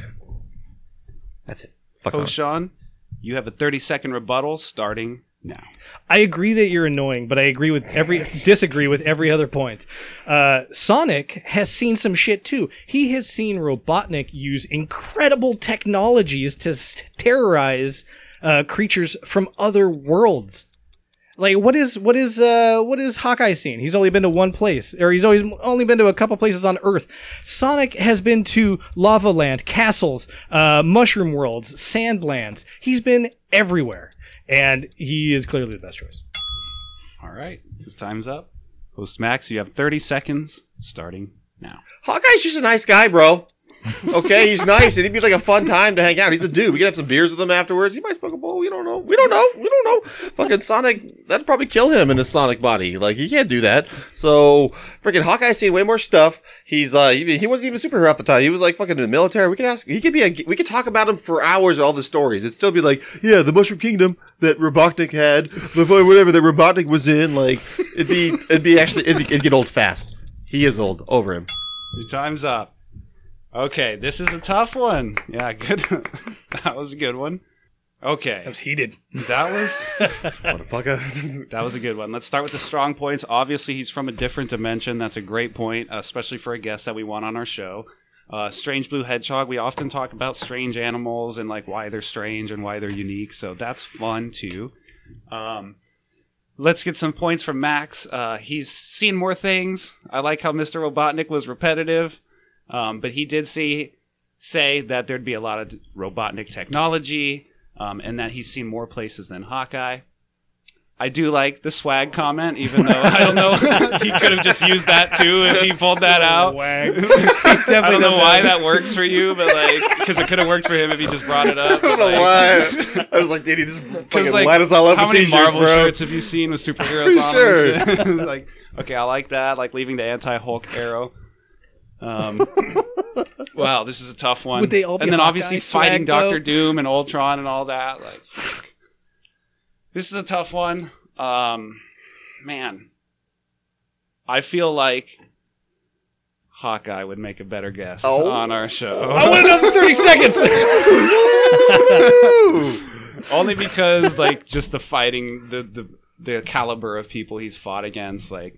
C: That's it. Fuck
A: Host
C: Sonic.
A: Sean, you have a 30 second rebuttal starting now.
B: I agree that you're annoying, but I agree with every disagree with every other point. Uh, Sonic has seen some shit too. He has seen Robotnik use incredible technologies to s- terrorize uh, creatures from other worlds. Like what is what is uh what is Hawkeye seen? He's only been to one place, or he's always only been to a couple places on Earth. Sonic has been to Lava Land, castles, uh, mushroom worlds, sandlands. He's been everywhere, and he is clearly the best choice.
A: All right, his time's up. Host Max, you have 30 seconds starting now.
C: Hawkeye's just a nice guy, bro. okay, he's nice, and it'd be like a fun time to hang out. He's a dude. We could have some beers with him afterwards. He might smoke a bowl. We don't know. We don't know. We don't know. Fucking Sonic, that'd probably kill him in his Sonic body. Like he can't do that. So freaking Hawkeye's seen way more stuff. He's uh, he, he wasn't even a superhero at the time. He was like fucking in the military. We could ask. He could be a. We could talk about him for hours. All the stories. It'd still be like, yeah, the Mushroom Kingdom that Robotnik had, the fu- whatever that Robotnik was in. Like it'd be it'd be actually it'd, it'd get old fast. He is old. Over him.
A: Your time's up. Okay, this is a tough one. Yeah, good. that was a good one.
B: That
A: Okay,
B: was heated.
A: that was
C: Motherfucker.
A: that was a good one. Let's start with the strong points. Obviously, he's from a different dimension. That's a great point, uh, especially for a guest that we want on our show. Uh, strange blue hedgehog. We often talk about strange animals and like why they're strange and why they're unique. So that's fun too. Um, let's get some points from Max. Uh, he's seen more things. I like how Mr. Robotnik was repetitive, um, but he did see say that there'd be a lot of Robotnik technology um, and that he's seen more places than Hawkeye. I do like the swag comment, even though I don't know he could have just used that too if he pulled that out. I don't know why that works for you, but like because it could have worked for him if he just brought it up.
C: I don't know why. I was like, did he just fucking
A: Because like,
C: light us all up
A: how
C: with
A: many
C: t-shirts,
A: Marvel
C: bro?
A: shirts have you seen with superheroes on?
C: Sure.
A: them? Shit. like, okay, I like that. Like leaving the anti-Hulk arrow. Um, wow, this is a tough one.
B: Would they all be
A: and then obviously
B: Hawkeye swag,
A: fighting
B: though?
A: Doctor Doom and Ultron and all that. Like, this is a tough one. Um, man, I feel like Hawkeye would make a better guess
C: Oh.
A: on our show.
B: I want another thirty seconds.
A: only because like just the fighting the, the the caliber of people he's fought against like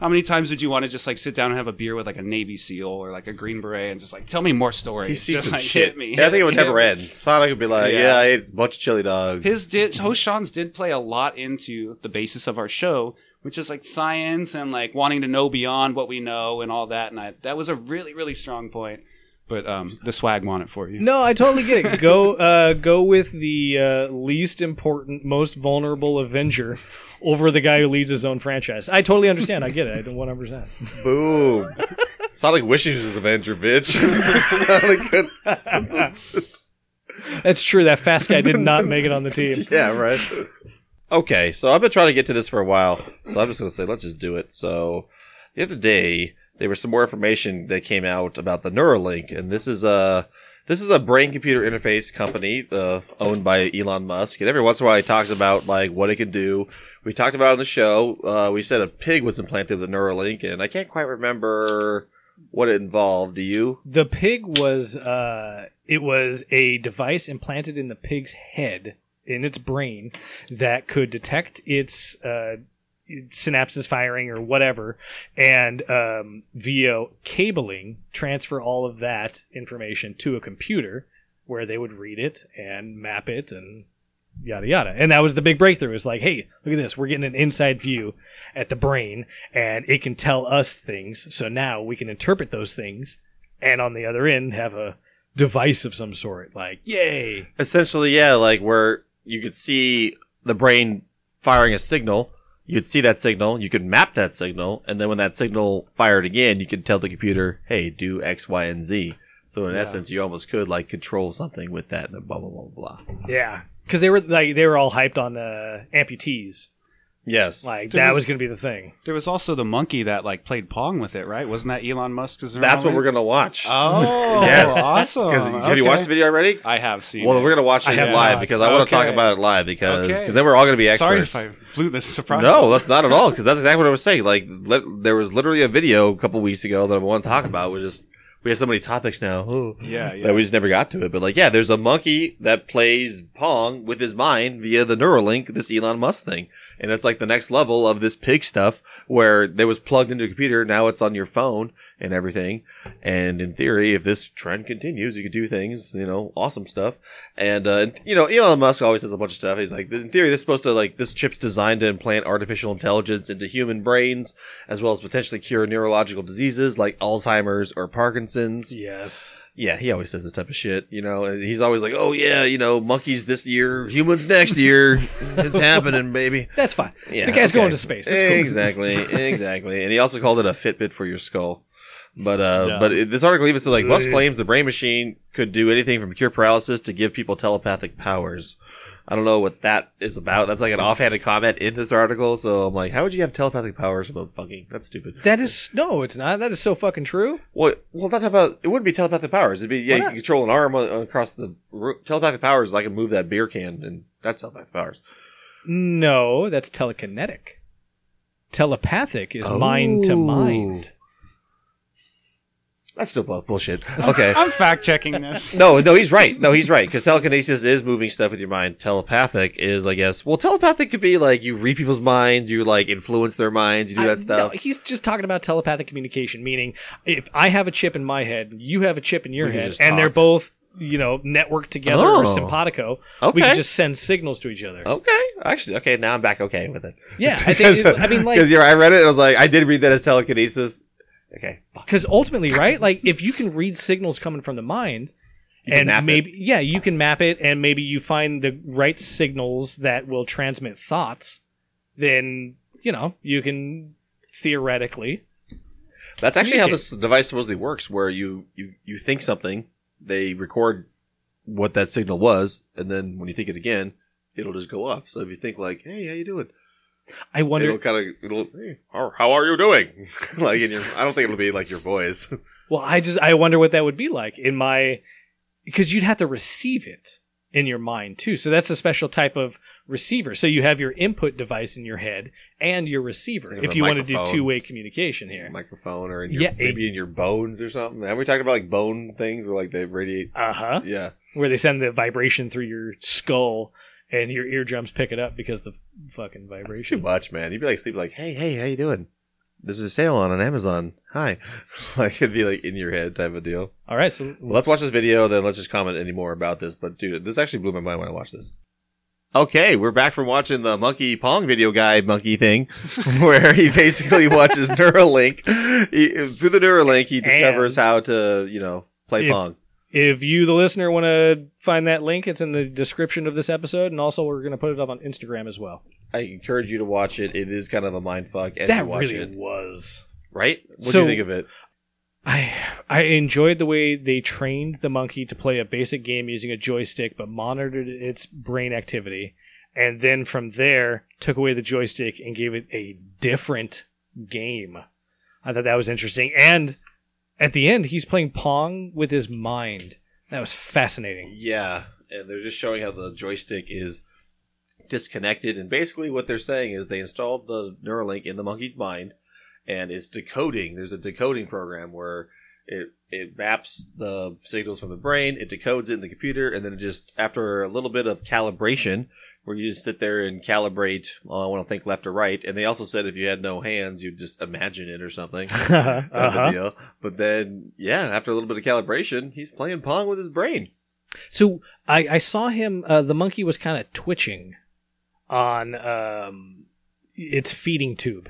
A: how many times would you want to just like sit down and have a beer with like a navy seal or like a green beret and just like tell me more stories
C: He sees
A: just
C: some
A: like,
C: shit.
A: hit me
C: Yeah, I think it would
A: Hit
C: never
A: me.
C: end. Sonic would be like,
A: Yeah.
C: yeah, I ate a bunch of chili dogs.
A: his did host Sean's did play a lot into the basis of our show which is like science and like wanting to know beyond what we know and all that. And I, that was a really, really strong point. But um, the swag won it for you.
B: No, I totally get it. Go, uh, go with the uh, least important, most vulnerable Avenger over the guy who leads his own franchise. I totally understand. I get it. I don't one hundred percent.
C: Boom. Sound like wishing was an Avenger, bitch. Sound like
B: That's true. That fast guy did not make it on the team.
C: good. Yeah, right. Okay, so I've been trying to get to this for a while, so I'm just gonna say let's just do it. So the other day there was some more information that came out about the Neuralink, and this is a this is a brain computer interface company uh, owned by Elon Musk. And every once in a while he talks about like what it can do. We talked about it on the show. Uh, we said a pig was implanted with a Neuralink, and I can't quite remember what it involved. Do you?
B: The pig was uh, it was a device implanted in the pig's head in its brain that could detect its uh, synapses firing or whatever, and um, via cabling transfer all of that information to a computer where they would read it and map it and yada yada. And that was the big breakthrough. It's like, hey, look at this. We're getting an inside view at the brain, and it can tell us things. So now we can interpret those things, and on the other end have a device of some sort. Like, yay!
C: essentially yeah like where you could see the brain firing a signal you'd see that signal you could map that signal and then when that signal fired again you could tell the computer hey do x y and z so in essence you almost could like control something with that and blah blah blah blah blah.
B: Yeah, because they were like they were all hyped on uh, amputees.
C: yes
B: Like
A: There
B: that
A: was-
B: was going to be the thing.
A: There was also the monkey that like played pong with it, right? Wasn't that Elon Musk's?
C: that's what we're gonna watch
A: Oh,
C: Yes.
A: awesome.
C: 'Cause have you
A: Okay.
C: watched the video already
A: I have seen.
C: well
A: it.
C: we're gonna watch it
B: I have
C: live
B: not.
C: because i want to talk
A: Okay.
C: about it live because
A: Okay.
C: 'cause then we're all gonna be
A: Sorry
C: experts
A: if I blew this surprise.
C: No, that's not at all. Because that's exactly what I was saying. Like, let, there was literally a video a couple weeks ago that I want to talk about. We just we have so many topics now oh,
A: Yeah, yeah.
C: that we just never got to it. But like, yeah, there's a monkey that plays pong with his mind via the Neuralink, this Elon Musk thing, and it's like the next level of this pig stuff where they was plugged into a computer. Now it's on your phone and everything. And in theory, if this trend continues, you could do things, you know, awesome stuff. And, uh, and, you know, Elon Musk always says a bunch of stuff. He's like, in theory, this is supposed to, like, this chip's designed to implant artificial intelligence into human brains, as well as potentially cure neurological diseases like Alzheimer's or Parkinson's.
B: Yes.
C: Yeah, he always says this type of shit, you know, and he's always like, oh, yeah, you know, monkeys this year, humans next year. it's happening, baby.
B: That's fine.
C: Yeah,
B: the guy's
C: okay.
B: going to space. That's cool.
C: Exactly, exactly. And he also called it a Fitbit for your skull. But uh,
A: Yeah.
C: but it, this article even says like Musk
B: Ugh.
C: claims the brain machine could do anything from cure paralysis to give people telepathic powers. I don't know what that is about. That's like an offhanded comment in this article. So I'm like, how would you have telepathic powers about fucking? That's stupid.
B: That is no, it's not. That is so fucking true.
C: Well, well, that's about. It wouldn't be telepathic powers. It'd be yeah,
B: Why
C: you
B: not?
C: could control an arm on- across the ro- telepathic powers. is I can move that beer can, and that's telepathic powers.
B: No, that's telekinetic. Telepathic is mind to mind.
C: That's still both bullshit. Okay,
A: I'm fact checking this.
C: No, no, he's right. No, he's right. Because telekinesis is moving stuff with your mind. Telepathic is, I guess, well, telepathic could be like you read people's minds, you like influence their minds, you do
B: I-
C: that stuff.
B: no, he's just talking about telepathic communication, meaning if I have a chip in my head, you have a chip in your
C: We can
B: head,
C: just
B: and
C: talk.
B: they're both you know networked together or
C: Oh.
B: simpatico, we can
C: Okay. Oh.
B: just send signals to each other.
C: Okay, actually, okay, now I'm back okay with it.
B: Yeah, I think. it- I mean, like,
C: because I read it and I was like, I did read that as telekinesis. Okay, fuck.
B: because ultimately, right? Like, if you can read signals coming from the mind,
C: can map
B: and
C: it.
B: maybe yeah, you can map it, and maybe you find the right signals that will transmit thoughts. Then you know you can theoretically.
C: That's actually how this device supposedly works, where you you you think something, they record what that signal was, and then when you think it again, it'll just go off. So if you think like, hey, how you doing?
B: I wonder.
C: it'll kind of it'll hey, how, how are you doing? like in your, I don't think it'll be like your voice.
B: Well, I just I wonder what that would be like in my because you'd have to receive it in your mind too. So that's a special type of receiver. So you have your input device in your head and your receiver
C: Think of
B: if
C: a
B: you want to do
C: microphone.
B: two way communication here.
C: microphone or in your
B: Yeah, it-
C: maybe in your bones or something. Have we talked about like bone things where like they radiate?
B: Uh huh.
C: Yeah,
B: Where they send the vibration through your skull and your eardrums pick it up because the fucking
C: it's too
B: vibration.
C: much, man. You'd be like sleeping like, hey, hey, how you doing? There's a sale on on Amazon. Hi, like it'd be like in your head type of deal.
B: All right, so
C: Well, let's watch this video, then let's just comment any more about this. But dude, this actually blew my mind when I watched this. Okay, we're back from watching the Monkey Pong video guide monkey thing, where he basically watches Neuralink. He, through the Neuralink, he discovers
B: And-
C: how to, you know, play
B: If-
C: Pong.
B: If you, the listener, want to find that link, it's in the description of this episode, and also we're going to put it up on Instagram as well.
C: I encourage you to watch it. It is kind of a mind fuck as
B: that
C: you watch
B: really
C: it.
B: was.
C: Right? What do
B: So-
C: you think of it?
B: I I enjoyed the way they trained the monkey to play a basic game using a joystick, but monitored its brain activity, and then from there took away the joystick and gave it a different game. I thought that was interesting, and at the end he's playing pong with his mind. That was fascinating.
C: Yeah, and they're just showing how the joystick is disconnected. And basically, what they're saying is they installed the Neuralink in the monkey's mind, and it's decoding. There's a decoding program where it it maps the signals from the brain, it decodes it in the computer, and then it just after a little bit of calibration, where you just sit there and calibrate. Well, I want to think left or right. And they also said if you had no hands, you'd just imagine it or something. Kind of a
B: Uh-huh.
C: deal. But then, yeah, after a little bit of calibration, he's playing pong with his brain.
B: So I, I saw him. Uh, the monkey was kind of twitching on um, its feeding tube.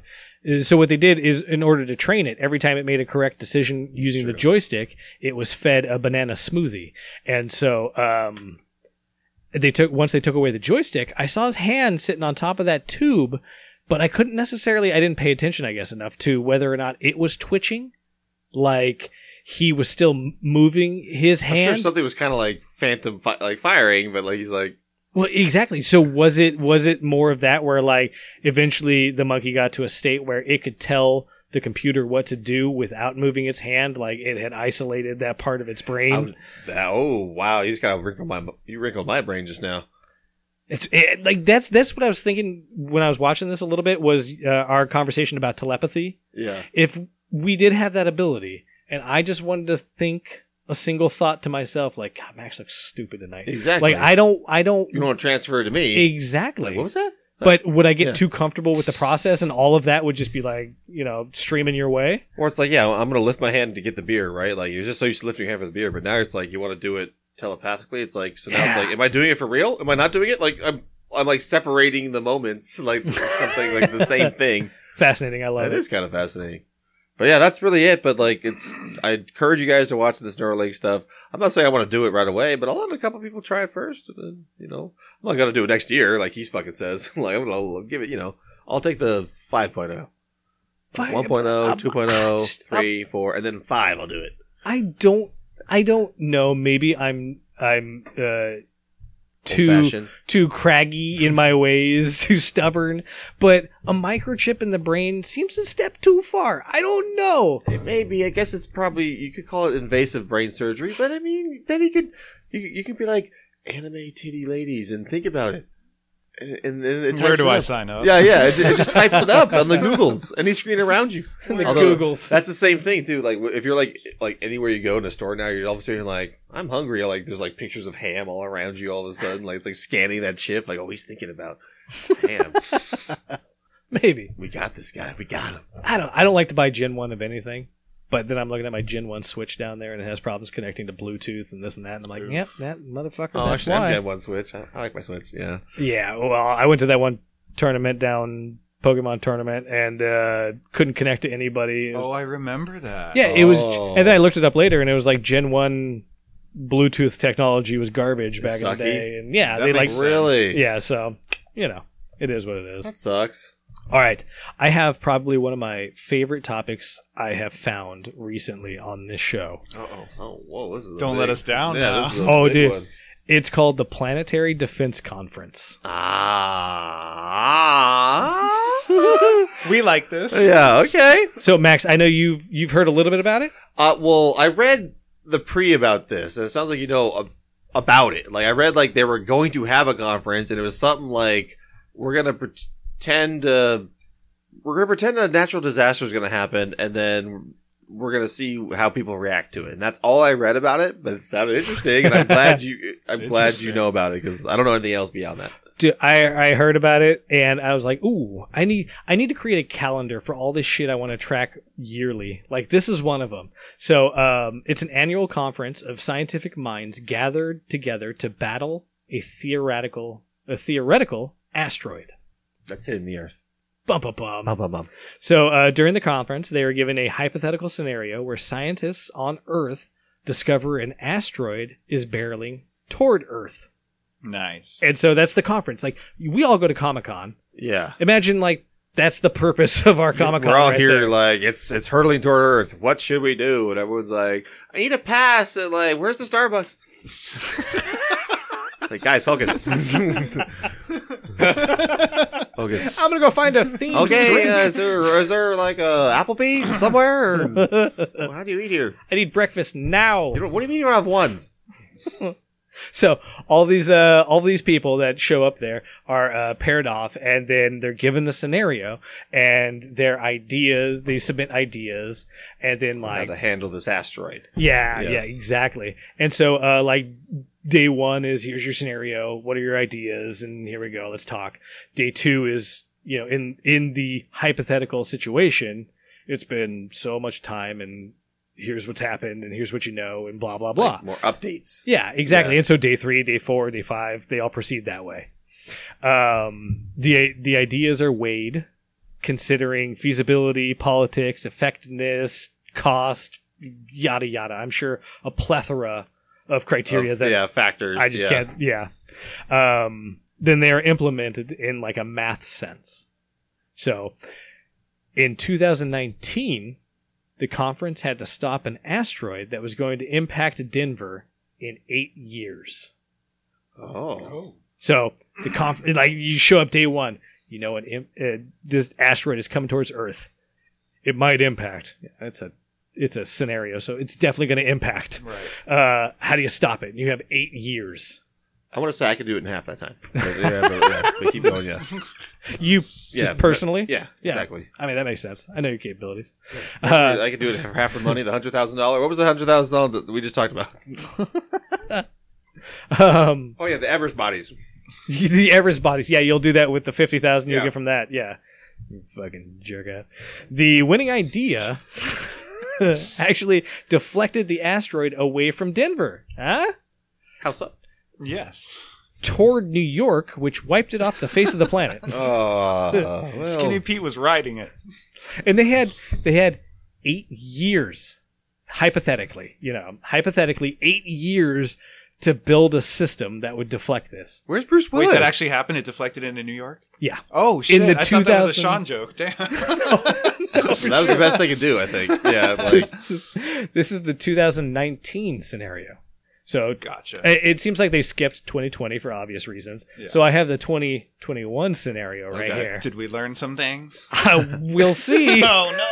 B: Uh, So what they did is, in order to train it, every time it made a correct decision using the joystick, it was fed a banana smoothie. And so um, they took once they took away the joystick, I saw his hand sitting on top of that tube, but I couldn't necessarily. I didn't pay attention, I guess, enough to whether or not it was twitching, like. He was still m- moving his
C: I'm sure
B: hand.
C: something was kind of like phantom, fi- like firing, but like he's like,
B: Well, exactly. So was it was it more of that where like eventually the monkey got to a state where it could tell the computer what to do without moving its hand, like it had isolated that part of its brain.
C: I'm- that- oh wow, you just kind of wrinkled my, you wrinkled my brain just now.
B: it's it, like that's that's what I was thinking when I was watching this a little bit was uh, our conversation about telepathy.
C: Yeah,
B: If we did have that ability, and I just wanted to think a single thought to myself, like God, Max looks stupid tonight.
C: exactly.
B: Like I don't, I don't
C: you want to transfer to me?
B: exactly.
C: What was that?
B: But would I get
C: Yeah.
B: too comfortable with the process and all of that would just be like, you know, streaming your way?
C: Or it's like, yeah, I'm gonna lift my hand to get the beer, right? Like you're just so used to lifting your hand for the beer, but now it's like you want to do it telepathically. It's like so now it's
B: Yeah.
C: like, am I doing it for real? Am I not doing it? Like I'm, I'm like separating the moments, like something like the same thing.
B: Fascinating. I love
C: That
B: it.
C: is kind of fascinating. But yeah, that's really it. But like, it's I encourage you guys to watch this Neuralink stuff. I'm not saying I want to do it right away, but I'll let a couple people try it first, and then you know, I'm not gonna do it next year, like he's fucking says. like I'm gonna give it, you know, I'll take the oh. 5.0.
B: Fine.
C: 1.0,
B: I'm-
C: 2.0,
B: I'm-
C: 3, 4, oh, and then 5, I'll do it.
B: I don't, I don't know. Maybe I'm, I'm, uh, too,
C: Old-fashioned.
B: too craggy in my ways, too stubborn, but a microchip in the brain seems a step too far. I don't know.
C: It may be. I guess it's probably you could call it invasive brain surgery, but I mean, then you could you, you could be like anime titty ladies and think about it. And, and, then it
D: Where
C: types
D: do
C: it
D: I
C: up.
D: sign up?
C: Yeah, yeah. It, ju- it just types it up on the Googles, any screen around you.
B: The
C: Although,
B: Googles.
C: That's the same thing too. Like if you're like like anywhere you go in a store now, you're all of a sudden like, I'm hungry. Like there's like pictures of ham all around you. All of a sudden, like it's like scanning that chip. Like oh, he's thinking about ham.
B: Maybe.
C: we got this guy. We got him.
B: I don't, I don't like to buy Gen 1 of anything. But then I'm looking at my Gen 1 switch down there and it has problems connecting to Bluetooth and this and that. And I'm like, yep, that motherfucker.
C: Oh,
B: that's
C: actually,
B: why.
C: I'm Gen One Switch. I, I like my Switch. Yeah.
B: Yeah, well, I went to that one tournament down Pokemon tournament and uh, couldn't connect to anybody.
D: Oh, I remember that.
B: yeah, it was,
C: Oh.
B: and then I looked it up later, and it was like Gen One Bluetooth technology was garbage back in
C: Sucky.
B: the day, and yeah,
D: That
B: they like,
D: makes
C: Really?
B: yeah, so you know, it is what it is.
C: That sucks.
B: All right, I have probably one of my favorite topics I have found recently on this show.
C: Oh, oh, whoa! This is a
D: Don't
C: big-
D: let us down
C: Yeah,
D: now.
C: this is a
B: Oh,
C: big
B: dude.
C: one.
B: It's called the Planetary Defense Conference.
C: Ah.
D: We like this.
C: yeah. Okay.
B: So, Max, I know you've you've heard a little bit about it.
C: Uh, well, I read the pre about this, and it sounds like you know ab- about it. Like I read like they were going to have a conference, and it was something like we're gonna pretend uh, we're gonna pretend a natural disaster is gonna happen, and then we're gonna see how people react to it. And that's all I read about it, but it sounded interesting, and I'm glad you I'm glad you
D: Interesting.
C: know about it because I don't know anything else beyond that.
B: Dude, I I heard about it and I was like, ooh, I need I need to create a calendar for all this shit I want to track yearly. Like this is one of them. So um, it's an annual conference of scientific minds gathered together to battle a theoretical a theoretical asteroid.
C: That's hitting the earth.
B: Bum, bum, bum.
C: Bum, bum, bum.
B: So uh, during the conference, they were given a hypothetical scenario where scientists on Earth discover an asteroid is barreling toward Earth,
D: Nice.
B: and so that's the conference. Like we all go to Comic Con.
C: Yeah.
B: Imagine like that's the purpose of our Comic Con.
C: We're all
B: right
C: here
B: there.
C: like it's it's hurtling toward Earth. What should we do? And everyone's like, I need a pass. And like, where's the Starbucks? It's like, guys, focus. focus.
B: I'm gonna go find a theme.
C: Okay, uh, is there is there like a Applebee somewhere? Or, Well, how do you eat here?
B: I need breakfast now.
C: You don't, what do you mean you don't have ones?
B: So all these uh, all these people that show up there are uh, paired off, and then they're given the scenario and their ideas. They submit ideas, and then
C: How
B: like
C: to handle this asteroid?
B: yeah,
C: Yes.
B: yeah, exactly. And so uh, like day one is here's your scenario. What are your ideas? And here we go. Let's talk. Day two is you know in in the hypothetical situation, it's been so much time, and here's what's happened, and here's what you know, and blah blah blah.
C: Like, more updates.
B: Yeah, exactly. And so day three, day four, day five, they all proceed that way. Um, the the ideas are weighed, considering feasibility, politics, effectiveness, cost, yada yada. I'm sure a plethora of criteria
C: Of-
B: that
C: yeah, factors.
B: I just
C: yeah.
B: can't. Yeah. Um, then they are implemented in like a math sense. So, in 2019, the conference had to stop an asteroid that was going to impact Denver in eight years.
C: Oh,
B: So the conf- like you show up day one, you know, an im- uh, this asteroid is coming towards Earth. It might impact. That's a it's a scenario, so it's definitely going to impact. Right. Uh, how do you stop it? You have eight years.
C: I want to say I could do it in half that time. But, yeah, but, yeah, but keep going. Yeah,
B: You
C: Yeah,
B: just
C: but-
B: personally?
C: yeah, exactly.
B: I mean, that makes sense. I know your capabilities. Uh,
C: I could do it for half the money, the hundred thousand dollar. What was the hundred thousand dollar that we just talked about?
B: um,
C: Oh yeah, the Everest bodies.
B: the Everest bodies. Yeah, you'll do that with the 50,000 you'll
C: Yeah.
B: get from that. Yeah. You fucking jerk out. The winning idea actually deflected the asteroid away from Denver. Huh?
C: How so?
D: Yes.
B: Toward New York, which wiped it off the face of the planet.
C: Oh, well,
D: Skinny Pete was riding it.
B: and they had they had eight years hypothetically you know hypothetically eight years to build a system that would deflect this
C: where's Bruce
D: Wait,
C: Willis?
D: that actually happened? It deflected into New York?
B: yeah
D: Oh, shit.
B: the
D: I thought that was a
B: 2000
D: Sean joke. Damn.
C: that was the best they could do, I think. Yeah, like
B: this is this is the 2019 scenario so
D: gotcha.
B: it it seems like they skipped 2020 for obvious reasons so i have the 2021 scenario right
C: Okay.
B: here
D: Did we learn some things?
B: I will see
D: Oh, no.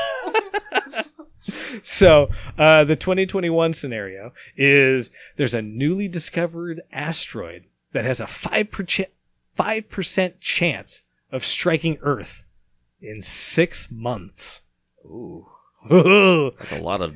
B: So, uh, the 2021 scenario is there's a newly discovered asteroid that has a 5%, 5% chance of striking Earth in six months.
C: Ooh,
B: that
C: that's a lot of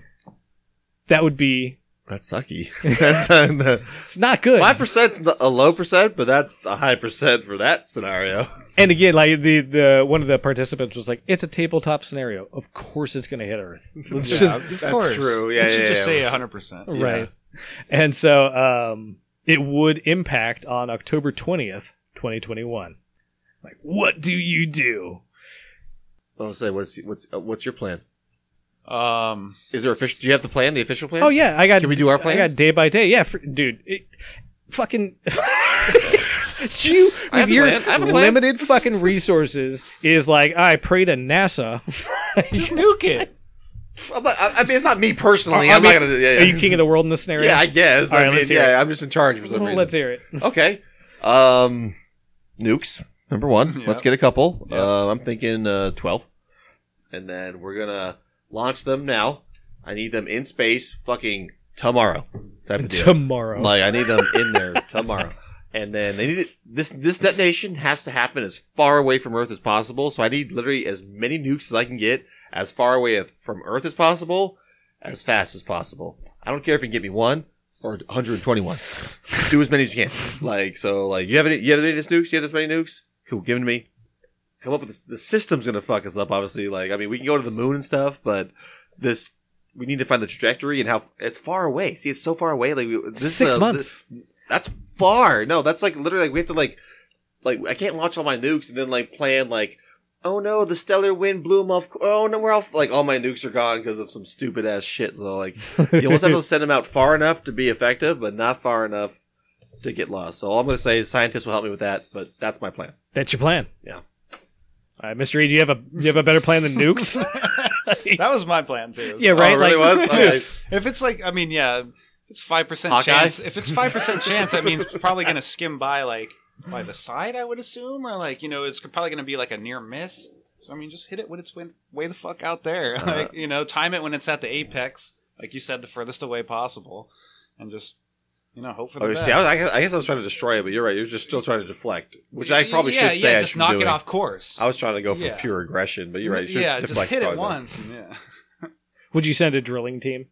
B: would be,
C: that's sucky. that's uh, five
B: it's not good.
C: percent's a low percent, but that's a high percent for that scenario.
B: And again, like the, the, one of the participants was like, it's a tabletop scenario. Of course it's going to hit Earth. Let's just,
D: of
C: that's true. Yeah,
D: you should
C: yeah,
D: just
C: yeah.
D: say 100%.
B: right. And so, um, it would impact on October 20th, 2021. Like, what do you do?
C: Oh, say what's what's uh, what's your plan?
D: Um,
C: Is there official? Do you have the plan? The official plan?
B: Oh yeah, I got.
C: Can we do our plans?
B: I got day by day. Yeah, fr dude, it, fucking. you
C: have
B: with
C: a
B: your
C: plan. I have a plan.
B: limited fucking resources is like I pray to NASA.
D: just nuke it.
C: I'm not, I, I mean, it's not me personally.
B: I
C: I'm
B: mean,
C: not gonna. Yeah, yeah.
B: Are you king of the world in this scenario?
C: yeah, I guess.
B: All
C: I
B: right,
C: mean,
B: let's hear
C: yeah, I'm just in charge for some reason.
B: Let's hear it.
C: Okay. Um, nukes. Number one.
D: Yeah.
C: Let's get a couple. Uh, I'm thinking uh, twelve, and then we're gonna launch them now. I need them in space, fucking tomorrow. Type of deal.
B: Tomorrow.
C: Like I need them in there tomorrow. And then they need it, this. This detonation has to happen as far away from Earth as possible. So I need literally as many nukes as I can get as far away as- from Earth as possible, as fast as possible. I don't care if you can get me one or 121. Do as many as you can. Like so. Like you have any? You have any of these nukes? You have this many nukes? Cool. Give them to me. Come up with this. The system's gonna fuck us up. Obviously. Like I mean, we can go to the moon and stuff, but this. We need to find the trajectory and how it's far away. See, it's so far away. Like we, this is
B: Six
C: a-
B: months.
C: that's far. No, that's like literally like we have to like like I can't launch all my nukes and then like plan like, oh no, the stellar wind blew them off. Oh no, we're off. Like all my nukes are gone because of some stupid ass shit. Though, like you almost have to send them out far enough to be effective, but not far enough to get lost. So all I'm gonna say is scientists will help me with that, but that's my plan.
B: That's your plan.
C: Yeah.
B: All right, Mr. E, do you have a do you have a better plan than nukes?
D: That was my plan too.
B: yeah, right.
C: Oh, it really
B: like,
C: was. Okay.
D: If it's like, I mean, yeah, it's five percent
C: Hawkeye?
D: chance. If it's five percent chance, that means probably going to skim by like by the side, I would assume, or like you know, it's probably going to be like a near miss. So I mean, just hit it when it's when, way the fuck out there.
C: Uh-huh.
D: like you know, time it when it's at the apex, like you said, the furthest away possible, and just you know, hope for the
C: Okay,
D: best.
C: Oh, see, I, was, I, guess, I guess I was trying to destroy it, but you're right. You're just still trying to deflect, which I probably
D: yeah,
C: should say.
D: yeah,
C: I
D: just
C: should
D: knock
C: be
D: it
C: doing.
D: off course.
C: I was trying to go for
D: Yeah.
C: pure aggression, but you're right. You should
D: yeah, just
C: deflect
D: hit it
C: probably better.
D: once. and yeah.
B: would you send a drilling team?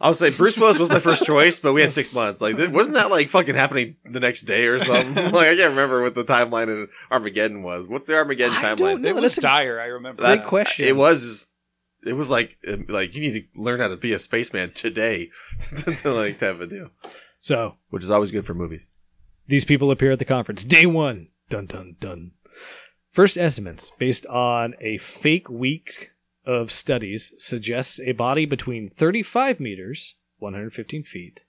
C: I would say Bruce Willis was my first choice, but we had six months. Like, th- wasn't that like fucking happening the next day or something? like, I can't remember what the timeline in Armageddon was. What's the Armageddon
B: I
C: timeline?
B: don't know.
D: It was
B: that's a
D: dire. I remember.
B: Great
D: that.
B: question.
C: It was. It was like um, like you need to learn how to be a spaceman today to like to have a deal,
B: So
C: which is always good for movies.
B: these people appear at the conference day one. Dun dun dun. First estimates based on a fake week of studies suggests a body between 35 meters, 115 feet,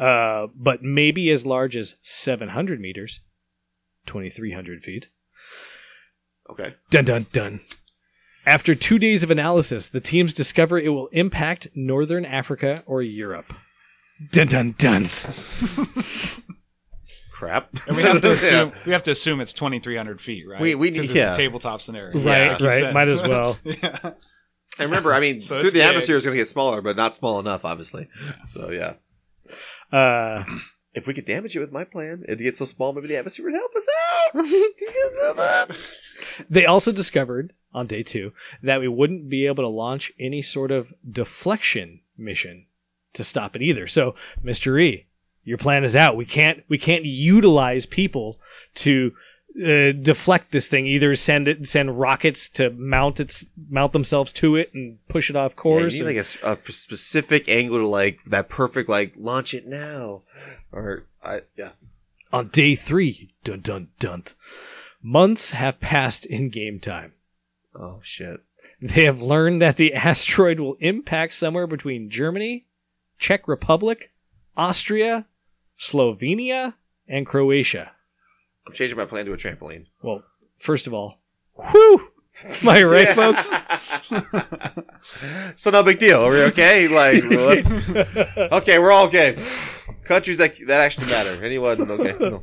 B: uh, but maybe as large as 700 meters, 2300 feet.
C: Okay,
B: Dun dun dun. After two days of analysis, the teams discover it will impact Northern Africa or Europe. Dun dun dun.
C: crap.
D: And we have to
C: Yeah.
D: assume we have to assume it's twenty three hundred feet, right?
C: We- we-
D: 'Cause it's
C: yeah.
D: a tabletop scenario,
C: Yeah.
B: Right,
D: Makes
B: right.
D: sense.
B: Might as well.
D: yeah.
C: I remember. I mean,
D: So it's
C: through the
D: big.
C: atmosphere is going to get smaller, but not small enough, obviously. So yeah,
B: Uh,
C: if we could damage it with my plan, it'd get so small, maybe the atmosphere would help us out.
B: they also discovered on day two that we wouldn't be able to launch any sort of deflection mission to stop it either. So, Mister E, your plan is out. We can't we can't utilize people to uh, deflect this thing. Either send it send rockets to mount its mount themselves to it and push it off
C: Yeah,
B: course.
C: you
B: and-
C: need like a s- a, p- specific angle to like that perfect like launch it now, or I yeah.
B: on day three, dun dun dun, months have passed in game time.
C: Oh shit!
B: They have learned that the asteroid will impact somewhere between Germany, Czech Republic, Austria, Slovenia, and Croatia.
C: I'm changing my plan to a trampoline.
B: Well, first of all, whew! Am I right, folks?
C: So no big deal. Are we okay? Like let's, okay, we're all okay. Countries that that actually matter. Anyone? Okay. No.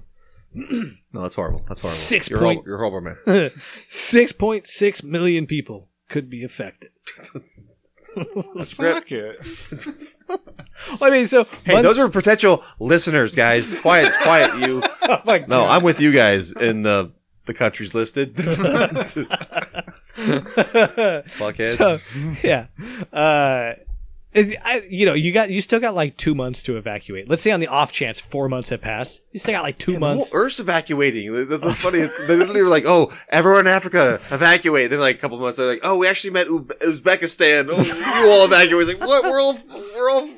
C: No, that's horrible. That's horrible.
B: Six
C: you're
B: point-
C: Horrible, you're horrible, man.
B: 6.6 million people could be affected.
D: Fuck it.
B: I mean, so.
C: Hey, those are potential listeners, guys. Quiet, quiet, you.
B: Oh my
C: No, I'm with you guys in the the countries listed.
B: God.
C: Fuckheads.
B: So, yeah. Uh, it- I, you know, you got you still got like two months to evacuate. Let's say on the off chance four months have passed, you still got like two
C: And the
B: months.
C: whole Earth's evacuating. That's so funny. It's- They literally were like, "Oh, everyone in Africa evacuate." Then like a couple months, they're like, "Oh, we actually met Ube- Uzbekistan. Oh, you all evacuate." It's like, what? We're all, we're all.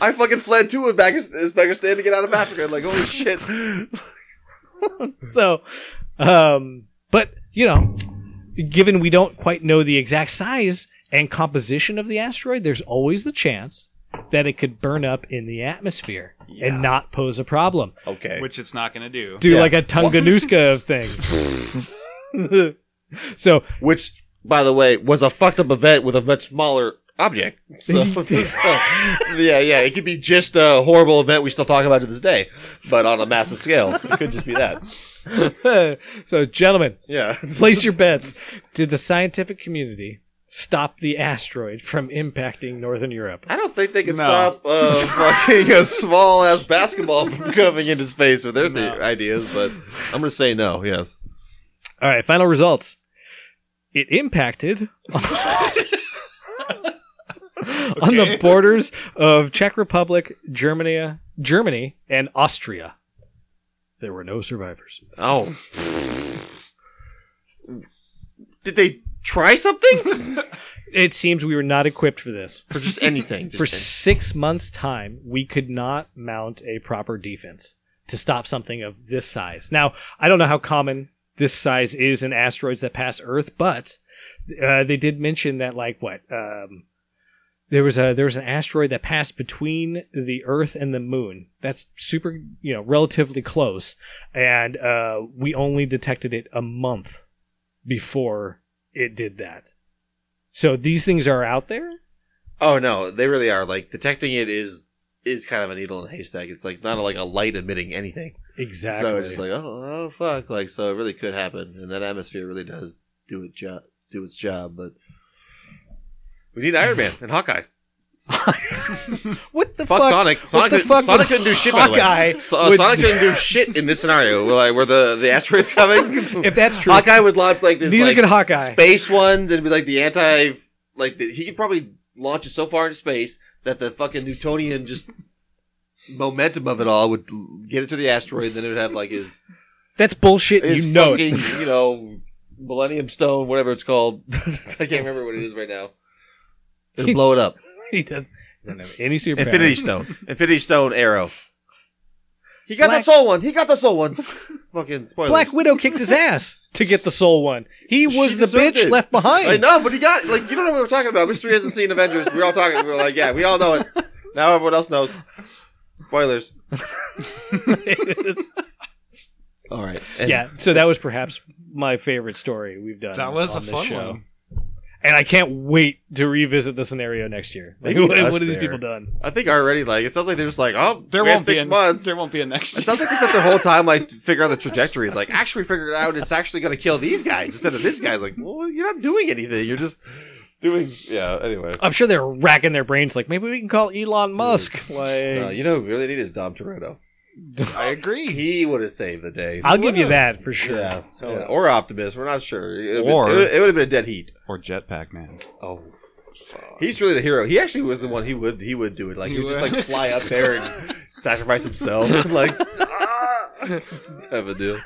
C: I fucking fled to Uzbekis- Uzbekistan to get out of Africa. Like, holy shit.
B: so, um, but you know, given we don't quite know the exact size and composition of the asteroid, there's always the chance that it could burn up in the atmosphere and not pose a problem.
C: Okay.
D: Which it's not going to do.
B: Do like a Tunguska thing. so
C: Which, by the way, was a fucked up event with a much smaller object. So, so, yeah, yeah, it could be just a horrible event we still talk about to this day, but on a massive scale, it could just be that.
B: so gentlemen,
C: Yeah.
B: Place your bets. Did the scientific community stop the asteroid from impacting Northern Europe?
C: I don't think they can
D: No.
C: stop uh, fucking a small ass basketball from coming into space with their the- ideas, but I'm gonna say no. Yes,
B: All right, final results. It impacted on, on the borders of Czech Republic, Germany, Germany, and Austria. There were no survivors.
C: Oh. Did they try something?
B: It seems we were not equipped for this.
C: For just anything.
B: For six months' time, we could not mount a proper defense. to stop something of this size. Now, I don't know how common this size is in asteroids that pass Earth, but uh, they did mention that, like, what um, there was a there was an asteroid that passed between the Earth and the Moon. That's super, you know, relatively close, and uh, we only detected it a month before it did that. So these things are out there.
C: Oh no, they really are. Like detecting it is is kind of a needle in a haystack. It's like not like a light emitting anything.
B: Exactly.
C: So it's just like oh, oh fuck, like so it really could happen, and that atmosphere really does do its job. Do its job, but we need Iron Man and Hawkeye.
B: what the
C: Fuck,
B: fuck?
C: Sonic.
B: what
C: Sonic,
B: the
C: could,
B: fuck
C: Sonic
B: would
C: couldn't do shit. By the way.
B: Hawkeye
C: So- uh,
B: would
C: Sonic
B: do?
C: couldn't do shit in this scenario. where, Like where the the asteroids coming.
B: If that's true,
C: Hawkeye would launch like this.
B: Neither
C: like,
B: could Hawkeye.
C: Space ones and be like the anti. Like the, he could probably launch it so far into space that the fucking Newtonian just momentum of it all would l- get it to the asteroid. Then it would have like his
B: that's bullshit.
C: his
B: You know
C: fucking
B: it.
C: you know Millennium Stone, whatever it's called. I can't remember what it is right now. It'll blow it up.
B: He doesn't, he doesn't have any superpower.
C: Infinity Stone. Infinity Stone arrow. He got
B: Black-
C: the soul one. He got the soul one. Fucking spoilers.
B: Black Widow kicked his ass to get the soul one. He
C: She
B: was the
C: deserved
B: bitch
C: it.
B: left behind.
C: I know, but he got like you don't know what we're talking about. Mystery hasn't seen Avengers. We're all talking. We're like, yeah, we all know it. Now everyone else knows. Spoilers. All right. And-
B: yeah, so that was perhaps my favorite story we've done.
D: That was
B: on
D: a
B: this
D: fun
B: show.
D: one.
B: and I can't wait to revisit the scenario next year. Like,
C: Maybe
B: what,
C: us
B: what have these
C: there.
B: people done?
C: I think already like it sounds like they're just like, oh,
D: There
C: we had
D: won't
C: six
D: be a,
C: months.
D: There won't be a next.
C: It sounds like they spent their whole time like figuring out the trajectory. Like, actually figured out it's actually going to kill these guys instead of this guy's. Like, well, you're not doing anything. You're just doing. Yeah. Anyway.
B: I'm sure they're racking their brains. Like maybe we can call Elon Musk. Like
C: No, Uh, you know who we really need is Dom Toretto.
D: I agree.
C: He would have saved the day.
B: I'll give you that for sure.
C: yeah. yeah. Or Optimus. We're not sure. It
A: Or-
C: would it would have been a dead heat.
A: Or Jetpack Man.
C: Oh. He's really the hero. He actually was the one. He would. He would do it. Like he,
D: He
C: would just
D: would.
C: like fly up there and sacrifice himself. And, like ah, type of deal.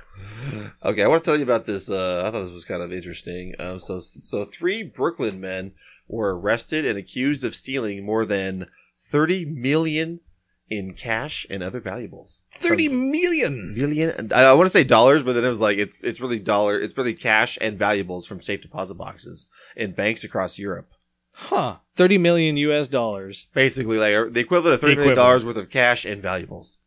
C: Okay, I want to tell you about this. Uh, I thought this was kind of interesting. Um, so, so three Brooklyn men were arrested and accused of stealing more than thirty million in cash and other valuables.
B: Thirty
C: From-
B: million.
C: million. I, I want to say dollars, but then it was like it's it's really dollar. It's really cash and valuables from safe deposit boxes in banks across Europe.
B: Huh. Thirty million U.S. dollars.
C: Basically, like er, the equivalent of
B: The
C: thirty million
B: equivalent.
C: dollars worth of cash and valuables.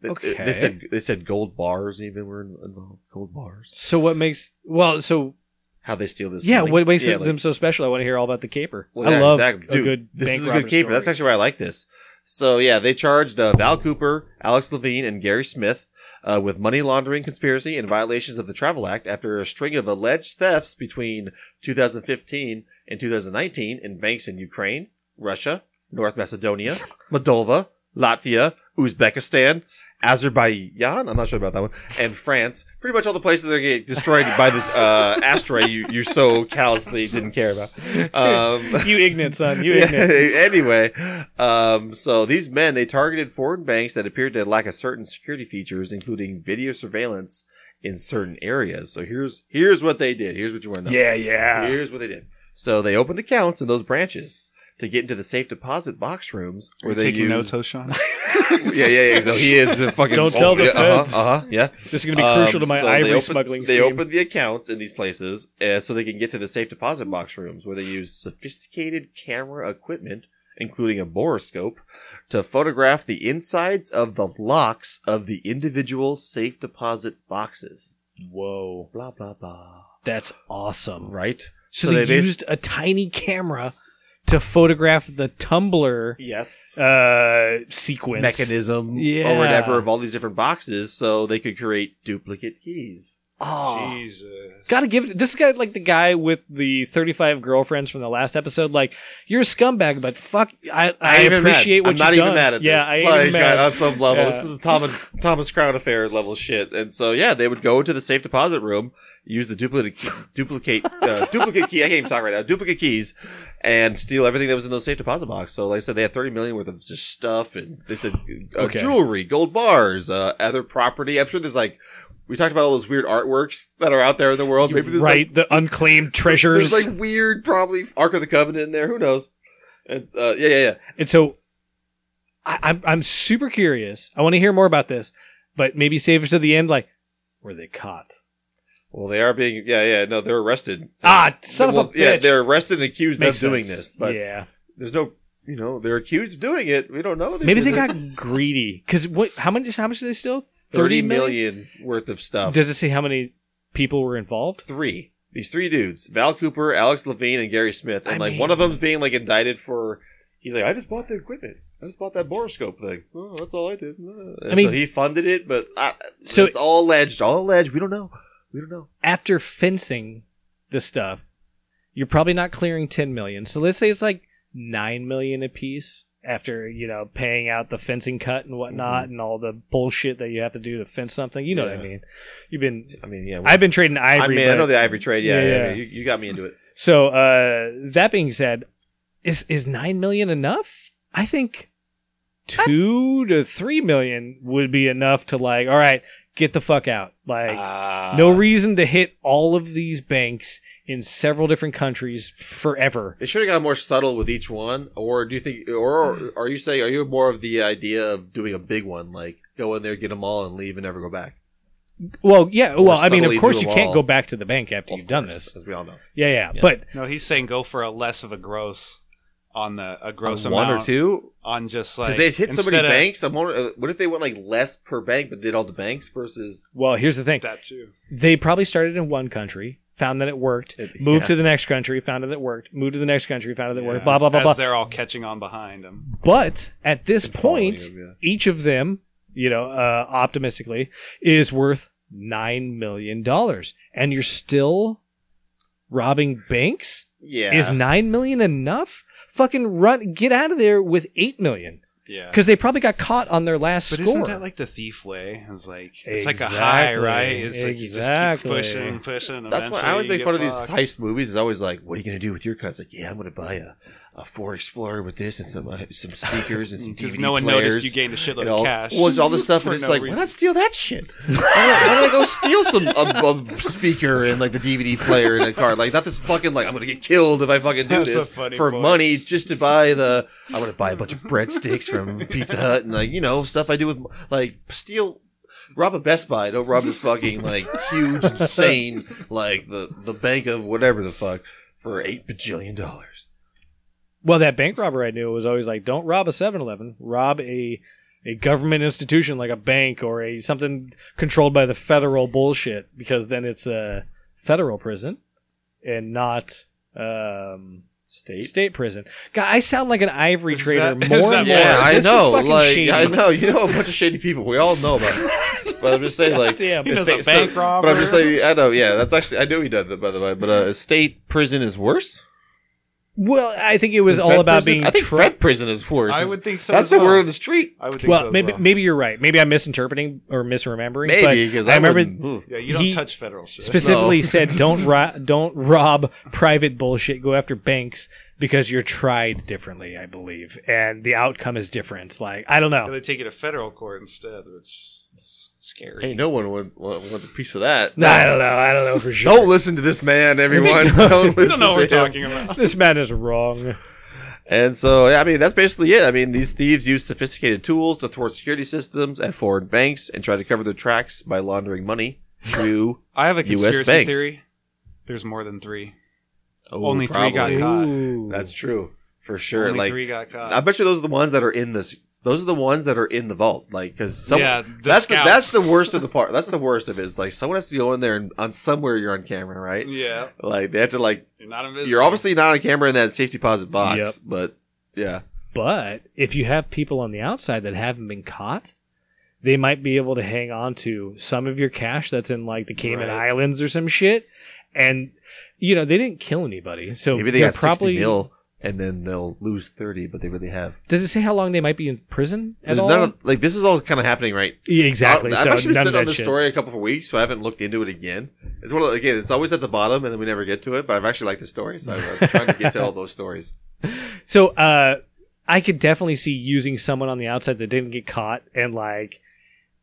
C: They-
B: Okay.
C: They said they said gold bars even were involved. Gold bars.
B: So what makes well? So
C: How they steal this?
B: yeah,
C: money.
B: what makes
C: Yeah,
B: it-
C: like-
B: them so special? I want to hear all about the caper.
C: Well,
B: I
C: yeah,
B: love
C: exactly.
B: a
C: Dude,
B: good.
C: This
B: bank
C: is a
B: robber
C: good caper. That's
B: story.
C: actually why I like this. So yeah, they charged uh, Val Cooper, Alex Levine, and Gary Smith uh, with money laundering, conspiracy, and violations of the Travel Act after a string of alleged thefts between 2015 and 2019 in banks in Ukraine, Russia, North Macedonia, Moldova, Latvia, Uzbekistan. Azerbaijan, I'm not sure about that one, and France. Pretty much all the places that get destroyed by this uh, asteroid you, you so callously didn't care about. Um,
B: you ignorant son. You
C: yeah,
B: ignorant.
C: anyway, um, so these men they targeted foreign banks that appeared to lack a certain security features, including video surveillance in certain areas. So here's here's what they did. Here's what you want to know.
B: Yeah, yeah.
C: Here's what they did. So they opened accounts in those branches to get into the safe deposit box rooms
D: Are you
C: where they
D: taking
C: use.
D: notes, Hoshan?
C: yeah, yeah, yeah. So he is a fucking.
B: Don't tell the
C: yeah,
B: feds.
C: Uh huh. Uh-huh, yeah.
B: This is going to be crucial
C: Um,
B: to my
C: so
B: ivory
C: they open-
B: smuggling.
C: They
B: scheme.
C: open the accounts in these places uh, so they can get to the safe deposit box rooms where they use sophisticated camera equipment, including a boroscope, to photograph the insides of the locks of the individual safe deposit boxes.
B: Whoa,
C: Blah, blah, blah.
B: that's awesome.
C: Right?
B: So,
C: So
B: they,
C: they bas-
B: used a tiny camera to photograph the tumbler
C: Yes.
B: uh, sequence.
C: Mechanism
B: Yeah.
C: or whatever of all these different boxes so they could create duplicate keys.
B: Oh,
D: Jesus.
B: gotta give it. This guy, like the guy with the thirty-five girlfriends from the last episode, like you're a scumbag, but fuck, I, I
C: ain't even
B: appreciate
C: mad.
B: what
C: I'm
B: you've
C: not
B: done.
C: even mad at
B: yeah,
C: this.
B: I ain't
C: like, uh,
B: even mad.
C: on some level,
B: Yeah.
C: this is Thomas Thomas Crown Affair level shit. And so yeah, they would go into the safe deposit room, use the duplicate duplicate uh, duplicate key. I can't even talk right now. Duplicate keys, and steal everything that was in those safe deposit box. So like I said, they had thirty million worth of just stuff, and they said uh,
B: Okay.
C: jewelry, gold bars, uh, other property. I'm sure there's like. We talked about all those weird artworks that are out there in the world. Maybe there's like,
B: right, the unclaimed treasures.
C: there's like weird, probably Ark of the Covenant in there. Who knows? It's uh, yeah, yeah, yeah.
B: And so I, I'm, I'm super curious. I want to hear more about this. but maybe save it to the end. Like, were they caught?
C: Well, they are being. Yeah, yeah. No, they're arrested.
B: Ah, son
C: Well,
B: of a bitch.
C: Yeah, they're arrested and accused
B: Makes
C: of doing
B: sense.
C: this, but
B: yeah,
C: there's no. You know, they're accused of doing it. We don't know.
B: maybe
C: did
B: they
C: it.
B: got greedy because what? How much? How much did they steal?
C: thirty
B: million?
C: million worth of stuff.
B: Does it say how many people were involved?
C: three. These three dudes, Val Cooper, Alex Levine, and Gary Smith, and
B: I
C: like
B: mean-
C: one of them's being like indicted for. He's like, I just bought the equipment. I just bought that boroscope thing. Oh, that's all I did. I
B: mean-
C: mean, so he funded it, but I,
B: So-
C: so it's all alleged. All alleged. We don't know. We don't know.
B: After fencing the stuff, you're probably not clearing ten million. So let's say it's like nine million apiece after you know paying out the fencing cut and whatnot and all the bullshit that you have to do to fence something. You know what I
C: Mm-hmm. Yeah.
B: mean? You've been
C: I mean, yeah.
B: I've been trading ivory.
C: I mean, I
B: but-
C: know the ivory trade.
B: Yeah,
C: Yeah, yeah.
B: yeah.
C: I mean, you, you got me into it.
B: So uh, that being said, is is nine million enough? I think two to three million would be enough to like, all right, get the fuck out. Like,
D: Ah.
B: no reason to hit all of these banks in several different countries forever.
C: They should have got more subtle with each one, or do you think, or are you saying, are you more of the idea of doing a big one, like go in there, get them all, and leave and never go back?
B: Well, yeah. Well, I mean,
C: subtly
B: of
C: do
B: course
C: them
B: you can't
C: all.
B: go back to the bank after
C: Of
B: you've done
C: course,
B: this.
C: as we all know.
B: Yeah, yeah,
C: Yeah.
B: But
D: No, he's saying go for a less of a gross on the a gross
C: On
D: amount
C: one or two,
D: on just like
C: Because they hit so many
D: instead of-
C: banks. I'm wondering, uh, what if they went like less per bank, but did all the banks versus?
B: well, here's the thing.
D: that too.
B: they probably started in one country, found that it worked,
C: It-
B: moved
C: yeah.
B: to the next country, found that it worked, moved to the next country, found that it worked,
D: Yeah,
B: blah, blah,
D: as-
B: blah,
D: as
B: blah.
D: They're all catching on behind him.
B: But at this point,
C: following them,
B: each of them, you know, uh, optimistically, is worth $9 million. And you're still robbing banks?
C: Yeah,
B: Is $9 million enough? Fucking run, get out of there with $8 million.
D: Yeah,
B: Because they probably got caught on their last
D: but
B: score.
D: isn't that like the thief way? It's like it's like a high,
B: Exactly.
D: right? It's like you just
B: Exactly.
D: keep pushing, pushing.
C: that's why
D: eventually
C: I always
D: you
C: make
D: get
C: fun of these
D: fucked.
C: heist movies. Is always like, what are you gonna do with your car? It's like, yeah, I'm gonna buy a, a Ford Explorer with this and some uh, some speakers and some
D: because
C: DVD
D: no one
C: players.
D: noticed you gained a shitload
C: and all,
D: of cash.
C: Well, it's all this stuff, and
D: For
C: it's
D: no
C: like,
D: reason.
C: why not steal that shit? Why not- why not go steal some a, a speaker and like the DVD player and a card? Like, not this fucking like I'm gonna get killed if I fucking do
D: That's a
C: this
D: funny
C: for
D: point.
C: money just to buy the. I'm gonna buy a bunch of breadsticks from Pizza Hut and like you know stuff I do with like steal. Rob a Best Buy. Don't rob this fucking like huge, insane like the the bank of whatever the fuck for eight bajillion dollars.
B: Well, that bank robber I knew was always like, don't rob a 7-Eleven, rob a a government institution like a bank or a something controlled by the federal bullshit because then it's a federal prison and not um, state prison. God, I sound like an ivory
D: Is
B: trader
D: that-
B: more
D: is
B: and
D: that-
B: more.
D: Yeah,
C: Yeah, I
B: This is
C: know.
B: fucking
C: Like,
B: shady.
C: I know. You know a bunch of shady people. We all know about it. But I'm just saying, like,
B: Goddamn. He
C: it's
D: knows a
C: state-
D: bank
C: so- But I'm just
D: robber.
C: saying, I know. Yeah, that's actually. I knew he did that, by the way. But uh, state prison is worse.
B: Well, I think it was
C: Than
B: all
C: Fed
B: about
C: prison?
B: being
C: I think
B: trapped.
C: Fed prison is worse.
D: I would think so.
C: That's
D: as
C: the
D: well.
C: word on the street.
D: I would think so.
B: Well,
D: as
B: maybe
D: well.
B: maybe you're right. Maybe I'm misinterpreting or misremembering. but
C: Maybe because
B: I, remember
C: hmm.
D: yeah, you don't
B: he-
D: touch federal shit.
B: specifically
C: No.
B: said don't ro- don't rob private bullshit. Go after banks because you're tried differently, I believe, and the outcome is different. Like I don't
D: And
B: know.
D: they take you to federal court instead, which is scary.
C: Hey, no one would want, want a piece of that.
B: No, I don't know. I don't know for sure.
C: Don't listen to this man, everyone.
B: so.
C: Don't
D: I
C: listen
D: don't know what
C: to
D: we're
C: him.
D: talking about.
B: This man is wrong.
C: And so, yeah, I mean, that's basically it. I mean, these thieves use sophisticated tools to thwart security systems at foreign banks and try to cover their tracks by laundering money through.
D: I have a
C: US
D: conspiracy
C: banks.
D: theory. There's more than three.
C: Oh,
D: Only three got
C: probably.
D: caught. God.
B: Ooh.
C: That's true for sure.
D: Only
C: like,
D: three got caught.
C: I bet you those are the ones that are in this. Those are the ones that are in the vault. Like, because
D: Yeah,
C: someone
D: the
C: that's the,
D: scouts.
C: that's the worst of the part. That's the worst of it. It's like someone has to go in there and on somewhere you're on camera, right?
D: yeah,
C: Like they have to like
D: you're not invisible.
C: you're obviously not on camera in that safe deposit box,
B: Yep.
C: but yeah,
B: But if you have people on the outside that haven't been caught, they might be able to hang on to some of your cash that's in like the Cayman
D: Right.
B: Islands or some shit, and you know they didn't kill anybody, so
C: maybe they
B: they're
C: got
B: probably.
C: sixty mil and then they'll lose thirty, but they really have.
B: Does it say how long they might be in prison at
C: There's
B: all?
C: none of, like this is all kind of happening right
B: Yeah, exactly.
C: I, have
B: so
C: actually been
B: none of
C: sitting on
B: that
C: this
B: shit's-
C: story a couple of weeks, so I haven't looked into it again. It's one of the, again, it's always at the bottom, and then we never get to it. But I've actually liked the story, so I'm I'm trying to get to all those stories.
B: So uh, I could definitely see using someone on the outside that didn't get caught and like,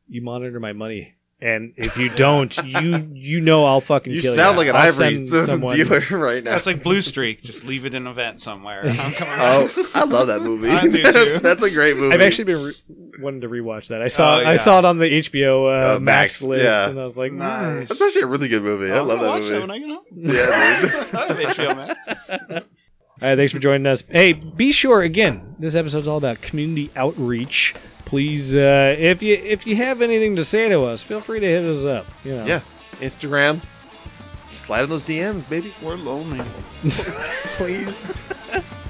B: you monitor my money, and if you don't, you you know I'll fucking
C: You
B: kill
C: sound like an
B: I'll
C: ivory
B: send
C: dealer right now.
D: That's like Blue Streak. Just leave it in a vent somewhere. I'm coming.
C: oh, I love that movie.
D: I do too.
C: That's a great movie.
B: I've actually been re- wanted to rewatch that. I saw
A: Oh,
B: I
A: yeah.
B: saw it on the HBO uh,
C: Uh,
B: Max,
C: Max,
B: list,
C: yeah.
B: and I was like,
A: Nice.
B: "Hmm."
C: That's actually a really good movie. I
A: I'm
C: love
A: gonna
C: that
A: watch
C: movie.
A: one, I- you know.
C: yeah, dude.
A: I have HBO Max.
B: All right, thanks for joining us. Hey, be sure again. This episode's all about community outreach. Please, uh, if you if you have anything to say to us, feel free to hit us up. You know.
C: yeah. Instagram. Slide in those DMs, baby.
A: We're lonely.
B: please.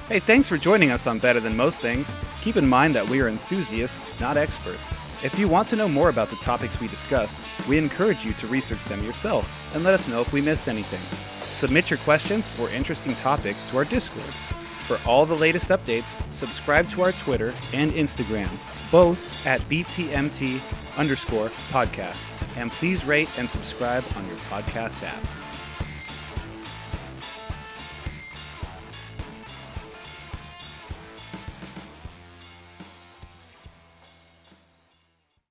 E: Hey, thanks for joining us on Better Than Most Things. Keep in mind that we are enthusiasts, not experts. If you want to know more about the topics we discussed, we encourage you to research them yourself and let us know if we missed anything. Submit your questions or interesting topics to our Discord. For all the latest updates, subscribe to our Twitter and Instagram, both at BTMT underscore podcast. And please rate and subscribe on your podcast app.